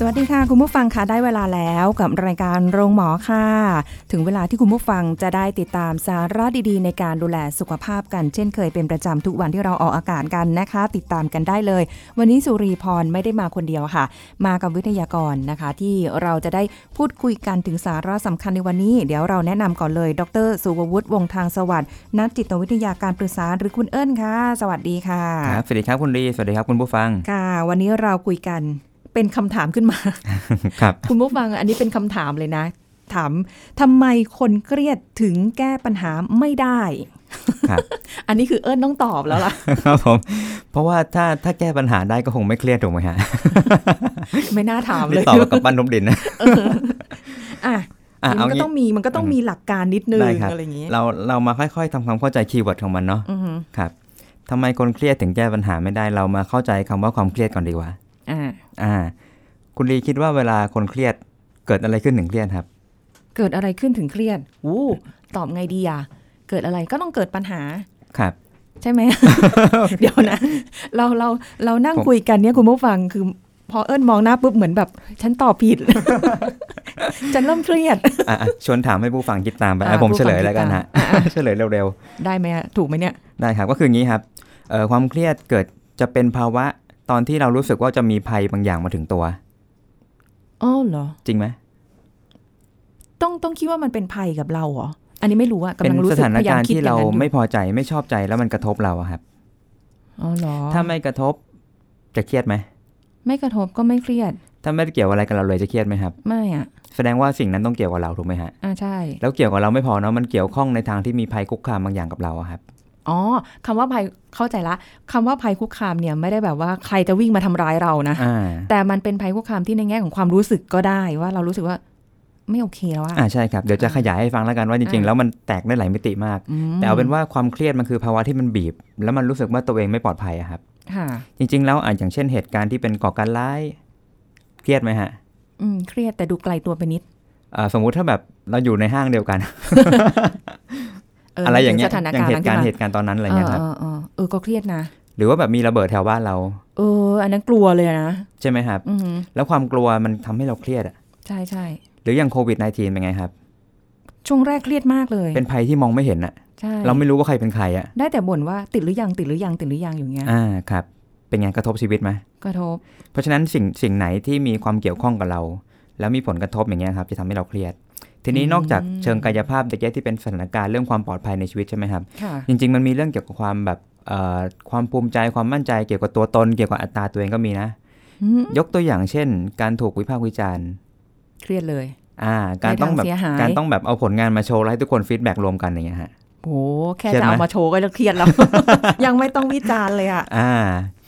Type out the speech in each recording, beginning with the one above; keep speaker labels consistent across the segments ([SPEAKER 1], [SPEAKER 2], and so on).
[SPEAKER 1] สวัสดีค่ะ คุณผู้ฟังค่ะได้เวลาแล้วกับรายการโรงหมอค่ะ ถึงเวลาที่คุณผู้ฟังจะได้ติดตามสาระดีๆ ในการดูแลสุขภาพกัน เช่นเคยเป็นประจำทุกวันที่เราออกอากาศกันนะคะ ติดตามกันได้เลย วันนี้สุรีพรไม่ได้มาคนเดียวค่ะ มากับวิทยากรนะคะ ที่เราจะได้พูดคุยกันถึงสาระสำคัญในวันนี้ เดี๋ยวเราแนะนำก่อนเลย ดร สุวัวุฒิวงศ์ทางสวัสดิ์นักจิตวิทยาการปรึกษาหรือคุณเอิญค่ะ สวัสดีค่ะ
[SPEAKER 2] ครับสวัสดีครับคุณลีสวัสดีครับคุณผู้ฟัง
[SPEAKER 1] ค่ะ วันนี้เราคุยกันเป็นคำถามขึ้นมา
[SPEAKER 2] ครับ
[SPEAKER 1] คุณผู้ฟังอันนี้เป็นคำถามเลยนะ ถามทำไมคนเครียดถึงแก้ปัญหาไม่ได้
[SPEAKER 2] ครับ
[SPEAKER 1] อันนี้คือเอิญต้องตอบแล้วล่ะ
[SPEAKER 2] ครับผม เพราะว่าถ้าถ้าแก้ปัญหาได้ก็คงไม่เครียดถูกไหมฮะ
[SPEAKER 1] ไม่น่าถามเล
[SPEAKER 2] นี่
[SPEAKER 1] ย
[SPEAKER 2] ตอบกับบ้านนมดิน นะ
[SPEAKER 1] อ่ะ
[SPEAKER 2] อ่ะ
[SPEAKER 1] มั
[SPEAKER 2] เอา
[SPEAKER 1] นก็
[SPEAKER 2] งี้
[SPEAKER 1] ต้องมีมันก็ต้องมีหลักการนิดนึง
[SPEAKER 2] ได้ครับ
[SPEAKER 1] อะไรอย่างงี้
[SPEAKER 2] เราเรามาค่อยๆทำความเข้าใจคีย์เวิร์ดของมันเนาะ
[SPEAKER 1] อือหือ
[SPEAKER 2] ครับทำไมคนเครียดถึงแก้ปัญหาไม่ได้เรามาเข้าใจคำว่าความเครียดก่อนดีกว่า
[SPEAKER 1] อ่า
[SPEAKER 2] อ่า คุณลีคิดว่าเวลาคนเครียดเกิดอะไรขึ้นถึงเครียดครับ
[SPEAKER 1] เกิดอะไรขึ้นถึงเครียดอู้ตอบไงดีอ่ะเกิดอะไรก็ต้องเกิดปัญหา
[SPEAKER 2] ครับ
[SPEAKER 1] ใช่ไหม เดี๋ยวนะ เราเราเรานั่ง
[SPEAKER 2] ผม
[SPEAKER 1] คุยกันเนี่ยคุณผู้ฟังคือ พอเอิญมองหน้าปุ๊บเหมือนแบบ ฉันตอบผิด ฉันเริ่มเครียด
[SPEAKER 2] อ่ะอ่ะชวนถามให้ผู้ฟังคิดตามไป
[SPEAKER 1] อ่ะ
[SPEAKER 2] อ่ะผม
[SPEAKER 1] ผู้
[SPEAKER 2] เฉ
[SPEAKER 1] ฟัง
[SPEAKER 2] ลยแล้วกันฮะ
[SPEAKER 1] คิดตามอ่ะ
[SPEAKER 2] เฉลยเร็วๆ
[SPEAKER 1] ได้ไหมอะถูกไหมเนี่ย
[SPEAKER 2] ได้ครับ ก็คืออย่างนี้ครับเอ่อความเครียดเกิดจะเป็นภาวะตอนที่เรารู้สึกว่าจะมีภัยบางอย่างมาถึงตัว
[SPEAKER 1] อ๋อเหรอ
[SPEAKER 2] จริงไหม
[SPEAKER 1] ต้องต้องคิดว่ามันเป็นภัยกับเราเหรอ อันนี้ไม่รู้อะ
[SPEAKER 2] เป็
[SPEAKER 1] กำ
[SPEAKER 2] น
[SPEAKER 1] ลังรู้
[SPEAKER 2] ส
[SPEAKER 1] สึก
[SPEAKER 2] ถาน
[SPEAKER 1] พยายา
[SPEAKER 2] การ
[SPEAKER 1] ม
[SPEAKER 2] ณ์
[SPEAKER 1] คิดอ
[SPEAKER 2] ที่
[SPEAKER 1] ย่
[SPEAKER 2] เรา
[SPEAKER 1] งนั้นอยู่
[SPEAKER 2] ไม่พอใจไม่ชอบใจแล้วมันกระทบเราอะครับ
[SPEAKER 1] อ๋อเหรอ
[SPEAKER 2] ถ้าไม่กระทบจะเครียดไหม
[SPEAKER 1] ไม่กระทบก็ไม่เครียด
[SPEAKER 2] ถ้าไม่เกี่ยวอะไรกับเราเลยจะเครียดไหมครับ
[SPEAKER 1] ไม่อ่ะ
[SPEAKER 2] แสดงว่าสิ่งนั้นต้องเกี่ยวกับเราถูกไหมฮะ
[SPEAKER 1] อ่าใช่
[SPEAKER 2] แล้วเกี่ยวกับเราไม่พอเนาะมันเกี่ยวข้องในทางที่มีภัยคุกคามบางอย่างกับเราอะครับ
[SPEAKER 1] อ๋อคำว่าภัยเข้าใจละคำว่าภัยคุกคามเนี่ยไม่ได้แบบว่าใครจะวิ่งมาทำร้ายเรานะ
[SPEAKER 2] อ่า
[SPEAKER 1] แต่มันเป็นภัยคุกคามที่ในแง่ของความรู้สึกก็ได้ว่าเรารู้สึกว่าไม่โอเคแล้วอะ
[SPEAKER 2] อ่าใช่ครับเดี๋ยวจะขยายให้ฟังแล้วกันว่าจริง
[SPEAKER 1] อ่า
[SPEAKER 2] ๆ แล้วมันแตกได้หลายมิติมาก
[SPEAKER 1] ม
[SPEAKER 2] แต่เอาเป็นว่าความเครียดมันคือภาวะที่มันบีบ แล้วมันรู้สึกว่าตัวเองไม่ปลอดภัยอะครับ
[SPEAKER 1] ค่ะ
[SPEAKER 2] จริง ๆ แล้วอาจอย่างเช่นเหตุการณ์ที่เป็นก่อการร้าย เครียดไหมฮะ
[SPEAKER 1] อืมเครียดแต่ดูไกลตัวไปนิด
[SPEAKER 2] อ่าสมมุติถ้าแบบเราอยู่ในห้างเดียวกัน
[SPEAKER 1] เ
[SPEAKER 2] อะไรอย่างเงี้ย
[SPEAKER 1] มันป็นสถาน
[SPEAKER 2] อย่า
[SPEAKER 1] การ
[SPEAKER 2] ง
[SPEAKER 1] ณ์
[SPEAKER 2] เหตุการณ์เหตุการณ์ตอนนั้นอะไรเงี้ยครับ บ
[SPEAKER 1] เออเออก็เครียดนะ
[SPEAKER 2] หรือว่าแบบมีระเบิดแถวบ้านเรา
[SPEAKER 1] เออ อันนั้นกลัวเลยนะ
[SPEAKER 2] ใช่ไหมครับ
[SPEAKER 1] อือหือ
[SPEAKER 2] แล้วความกลัวมันทำให้เราเครียดอะ
[SPEAKER 1] ใช่ใช่
[SPEAKER 2] หรืออย่างโควิด -19 เป็นไงครับ
[SPEAKER 1] ช่วงแรกเครียดมากเลย
[SPEAKER 2] เป็นภัยที่มองไม่เห็นอะ
[SPEAKER 1] ใช่
[SPEAKER 2] เราไม่รู้ว่าใครเป็นใครอะ
[SPEAKER 1] ได้แต่บ่นว่าติดหรือยังติดหรือยังติดหรือยังอยู่เงี้ย
[SPEAKER 2] อ่าครับ เป็นไงกระทบชีวิตไหม
[SPEAKER 1] กระทบ
[SPEAKER 2] เพราะฉะนั้นสิ่งสิ่งไหนที่มีความเกี่ยวข้องกับเรา แล้วมีผลกระทบอย่างเงี้ยครับจะทำให้เราเครียด ทีนี้นอกจากเชิงกายภาพตะเกียบที่เป็นสถานการณ์เรื่องความปลอดภัยในชีวิตใช่ไหมครับ
[SPEAKER 1] ค่ะ
[SPEAKER 2] จริงๆ มันมีเรื่องเกี่ยวกับความแบบเอ่อความภูมิใจความมั่นใจเกี่ยวกับตัวตน เกี่ยวกับอัตราตัวเองก็มีนะ
[SPEAKER 1] อืม
[SPEAKER 2] ยกตัวอย่างเช่น การถูกวิพากษ์วิจารณ์
[SPEAKER 1] เครียดเลย
[SPEAKER 2] อ่าการต้องแบบ
[SPEAKER 1] ในทเสียหาย
[SPEAKER 2] การต้องแบบเอาผลงานมาโชว์แล้วให้ทุกคนฟีดแบ็กรวมกันอย่างเงี้ยฮะ
[SPEAKER 1] โอ้แค่
[SPEAKER 2] เครียด
[SPEAKER 1] จะ
[SPEAKER 2] ไหม
[SPEAKER 1] เอามาโชว์ก็เครียดแล้ว ยังไม่ต้องวิจารณ์เลยอ่ะ
[SPEAKER 2] อ่า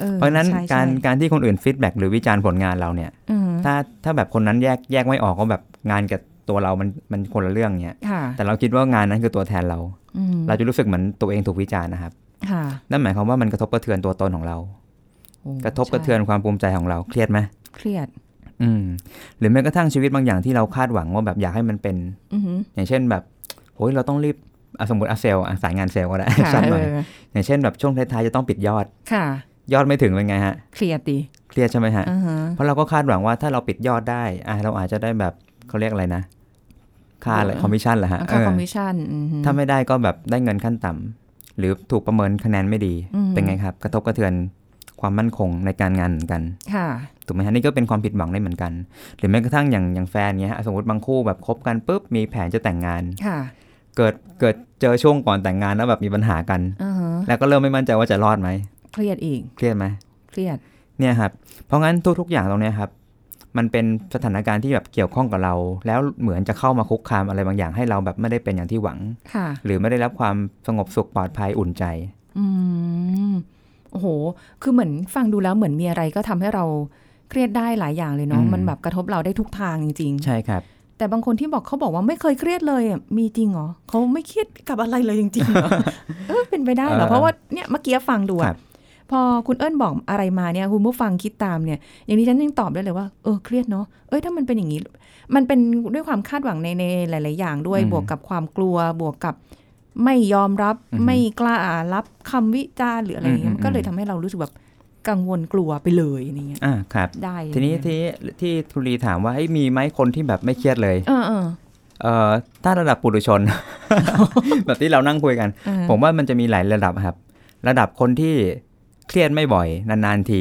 [SPEAKER 1] ออ
[SPEAKER 2] เพราะฉะนั้น
[SPEAKER 1] ใช่ใช่
[SPEAKER 2] การการที่คนอื่นฟีดแบ็กหรือวิจารณ์ผลงานเราเนี่ย
[SPEAKER 1] อืม
[SPEAKER 2] ถ้าถ้าแบบคนนั้นแยกแยกไม่ออกว่าแบบงานกับตัวเรามันมันคนละเรื่องเนี่ย
[SPEAKER 1] ค่ะ
[SPEAKER 2] แต่เราคิดว่างานนั้นคือตัวแทนเรา
[SPEAKER 1] อืม
[SPEAKER 2] เราจะรู้สึกเหมือนตัวเองถูกวิจารณ์นะครับ
[SPEAKER 1] ค่ะ
[SPEAKER 2] นั่นหมายความว่ามันกระทบกระเทือนตัวตนของเรา
[SPEAKER 1] โอ้
[SPEAKER 2] กระทบ
[SPEAKER 1] ใช่
[SPEAKER 2] กระเทือนความภูมิใจของเราเครียดไหม
[SPEAKER 1] เครียด
[SPEAKER 2] อืมหรือแม้กระทั่งชีวิตบางอย่างที่เราคาดหวังว่าแบบอยากให้มันเป็น
[SPEAKER 1] อือหือ
[SPEAKER 2] อย่างเช่นแบบโอ้ยเราต้องรีบอ่ะสมมติอาเซลสายง านเซลก็ได้
[SPEAKER 1] ค่ะ
[SPEAKER 2] สั้นหน่อย
[SPEAKER 1] เออ
[SPEAKER 2] อย่างเช่นแบบช่วงท้ายๆจะต้องปิดยอด
[SPEAKER 1] ค่ะ
[SPEAKER 2] ยอดไม่ถึงเป็นไงฮะ
[SPEAKER 1] เครียดดี
[SPEAKER 2] เครียดใช่ไหมฮะ
[SPEAKER 1] อ่าฮะ
[SPEAKER 2] เพราะเราก็คาดหวังว่าถ้าเราปิดยอดได้อ่ะเราอาจจะได้แบบเขาเรียกอะไรนะ ค่าอะไรคอมมิชชั่นเหรอฮะ
[SPEAKER 1] ค่า
[SPEAKER 2] เออ
[SPEAKER 1] คอมมิชชั่นอือหือ
[SPEAKER 2] ถ้าไม่ได้ก็แบบได้เงินขั้นต่ำหรือถูกประเมินคะแนนไม่ดี
[SPEAKER 1] อืม
[SPEAKER 2] เป็นไงครับ กระทบกระเทือนความมั่นคงในการงานเหมือนกัน
[SPEAKER 1] ค่ะ
[SPEAKER 2] ถูกไหมฮะนี่ก็เป็นความผิดหวังได้เหมือนกัน หรือแม้กระทั่งอย่างอย่างแฟนเนี้ยฮะสมมติบางคู่แบบคบกันปุ๊บมีแผนจะแต่งงาน
[SPEAKER 1] ค่ะ
[SPEAKER 2] เกิดเกิดเจอช่วงก่อนแต่งงานแล้วแบบมีปัญหากัน
[SPEAKER 1] อ่าฮะ
[SPEAKER 2] แล้วก็เริ่มไม่มั่นใจว่าจะรอดไหม
[SPEAKER 1] เครียดอีก
[SPEAKER 2] เครียดไหม
[SPEAKER 1] เครียด
[SPEAKER 2] เนี่ยครับเพราะงั้นทุกๆอย่างตรงเนี้ยครับมันเป็นสถานการณ์ที่แบบเกี่ยวข้องกับเรา แล้วเหมือนจะเข้ามาคุกคามอะไรบางอย่างให้เราแบบไม่ได้เป็นอย่างที่หวัง
[SPEAKER 1] ค่ะ
[SPEAKER 2] หรือไม่ได้รับความสงบสุขปลอดภัยอุ่นใจ
[SPEAKER 1] อืม โอ้โห คือเหมือนฟังดูแล้วเหมือนมีอะไรก็ทำให้เราเครียดได้หลายอย่างเลยเนาะ
[SPEAKER 2] อืม
[SPEAKER 1] มันแบบกระทบเราได้ทุกทางจริง
[SPEAKER 2] ใช่ครับ
[SPEAKER 1] ๆ แต่บางคนที่บอกเขาบอกว่าไม่เคยเครียดเลยอะมีจริงเหรอเขาไม่เครียดกับอะไรเลยจริงๆเหร อ เออเป็นไปได้เหรอ
[SPEAKER 2] เออ
[SPEAKER 1] เพราะว่าเนี่ยเมื่อกี้ฟังดู
[SPEAKER 2] ค
[SPEAKER 1] อะ
[SPEAKER 2] รับ
[SPEAKER 1] พอคุณเอิญบอกอะไรมาเนี่ยคุณผู้ฟังคิดตามเนี่ย อย่างนี้ฉันยังตอบได้เลยว่าเออเครียดเนาะ เอ้ยถ้ามันเป็นอย่างนี้ มันเป็นด้วยความคาดหวังในในหลาย ๆ อย่างด้วย
[SPEAKER 2] อืม
[SPEAKER 1] บวกกับความกลัว บวกกับไม่ยอมรับ
[SPEAKER 2] อือฮึ
[SPEAKER 1] ไม่กล้ารับคำวิจารณ์หรืออะไรอย่างเงี้ย
[SPEAKER 2] อืม
[SPEAKER 1] มันก็เลย
[SPEAKER 2] อืม
[SPEAKER 1] ทำให้เรารู้สึกแบบกังวลกลัวไปเลยอะไรเงี้ย
[SPEAKER 2] อ่าครับ
[SPEAKER 1] ได้
[SPEAKER 2] ทีนี้ที่ที่ทุลีถามว่าเอ้ยมีไหมคนที่แบบไม่เครียดเลย
[SPEAKER 1] เออเออ
[SPEAKER 2] เอ่อถ้าระดับปุถุช น แบบที่เรานั่งคุยกัน
[SPEAKER 1] เออ
[SPEAKER 2] ผมว่ามันจะมีหลายระดับครับ ระดับคนที่เครียดไม่บ่อยนานๆที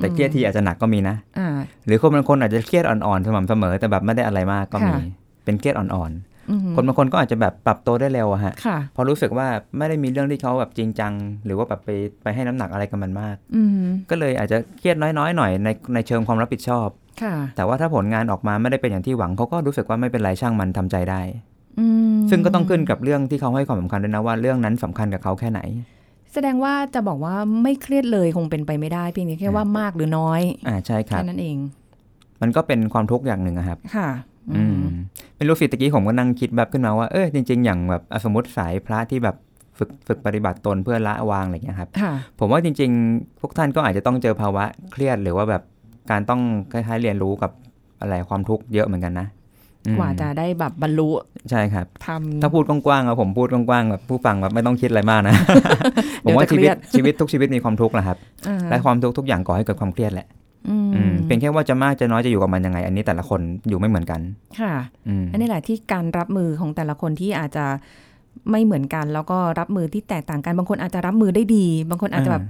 [SPEAKER 2] แต่เครียดทีอาจจะหนักก็มีนะ
[SPEAKER 1] อ่า
[SPEAKER 2] หรือคนบางคนอาจจะเครียดอ่อนๆสม่ำเสมอ แต่แบบไม่ได้อะไรมากก็มี
[SPEAKER 1] ค่ะ
[SPEAKER 2] เป็นเครียดอ่อน
[SPEAKER 1] อือหื
[SPEAKER 2] ๆ
[SPEAKER 1] อ
[SPEAKER 2] คนบางคนก็อาจจะแบบปรับตัวได้เร็วอะฮะ
[SPEAKER 1] ค่ะ
[SPEAKER 2] พอรู้สึกว่าไม่ได้มีเรื่องที่เขาแบบจริงจัง หรือว่าแบบไปไปให้น้ำหนักอะไรกับมันมาก
[SPEAKER 1] อืม
[SPEAKER 2] ก็เลยอาจจะเครียดน้อยๆหน่อยในในเชิงความรับผิดชอบ
[SPEAKER 1] ค่ะ
[SPEAKER 2] แต่ว่าถ้าผลงานออกมาไม่ได้เป็นอย่างที่หวังเขาก็รู้สึกว่าไม่เป็นไรช่างมันทำใจได้
[SPEAKER 1] อืม
[SPEAKER 2] ซึ่งก็ต้องขึ้นกับเรื่องที่เขาให้ความสำคัญด้วยนะว่าเรื่องนั้นสำคัญกับเขาแค่ไหน
[SPEAKER 1] แสดงว่าจะบอกว่าไม่เครียดเลยคงเป็นไปไม่ได้เพียงแต่แค่ว่ามากหรือน้อย
[SPEAKER 2] อ่าใช่ครั
[SPEAKER 1] แค่
[SPEAKER 2] บ
[SPEAKER 1] นั้นเอง
[SPEAKER 2] มันก็เป็นความทุกข์อย่างหนึ่งอะครับ
[SPEAKER 1] ค่ะ
[SPEAKER 2] อืมไม่รู้สิตะกี้ผมก็นั่งคิดแบบขึ้นมาว่าเออจริง ๆ อย่างแบบอ่ะสมมติสายพระที่แบบฝึกฝึกปฏิบัติตนเพื่อละวางอะไรอย่างเงี้ยครับ
[SPEAKER 1] ค่ะ
[SPEAKER 2] ผมว่าจริง ๆ พวกท่านก็อาจจะต้องเจอภาวะเครียดหรือว่าแบบการต้องคล้ายๆเรียนรู้กับอะไรความทุกข์เยอะเหมือนกันนะอืม
[SPEAKER 1] กว่าจะได้แบบบรรลุ
[SPEAKER 2] ใช่ครับ
[SPEAKER 1] ทำ
[SPEAKER 2] ถ้าพูดกว้างๆอะผมพูดกว้างๆแบบผู้ฟังแบบไม่ต้องคิดอะไรมากนะ
[SPEAKER 1] เดี๋
[SPEAKER 2] ผ
[SPEAKER 1] ยว
[SPEAKER 2] มว่า
[SPEAKER 1] จะเค
[SPEAKER 2] ชี
[SPEAKER 1] รี
[SPEAKER 2] วิ
[SPEAKER 1] ยด
[SPEAKER 2] ตชีวิตทุกชีวิตมีความทุกข์แหละครับ
[SPEAKER 1] อ่า
[SPEAKER 2] และความทุกข์ทุกอย่างก่อให้เกิดความเครียดแหละ
[SPEAKER 1] อืม
[SPEAKER 2] อืมเพียงแค่ว่าจะมากจะน้อยจะอยู่กับมันยังไง อันนี้แต่ละคนอยู่ไม่เหมือนกัน
[SPEAKER 1] ค่ะ
[SPEAKER 2] อืม
[SPEAKER 1] อันนี้แหละที่การรับมือของแต่ละคนที่อาจจะไม่เหมือนกัน แล้วก็รับมือที่แตกต่างกันบางคนอาจจะรับมือได้ดี บางคนอาจจะแบบ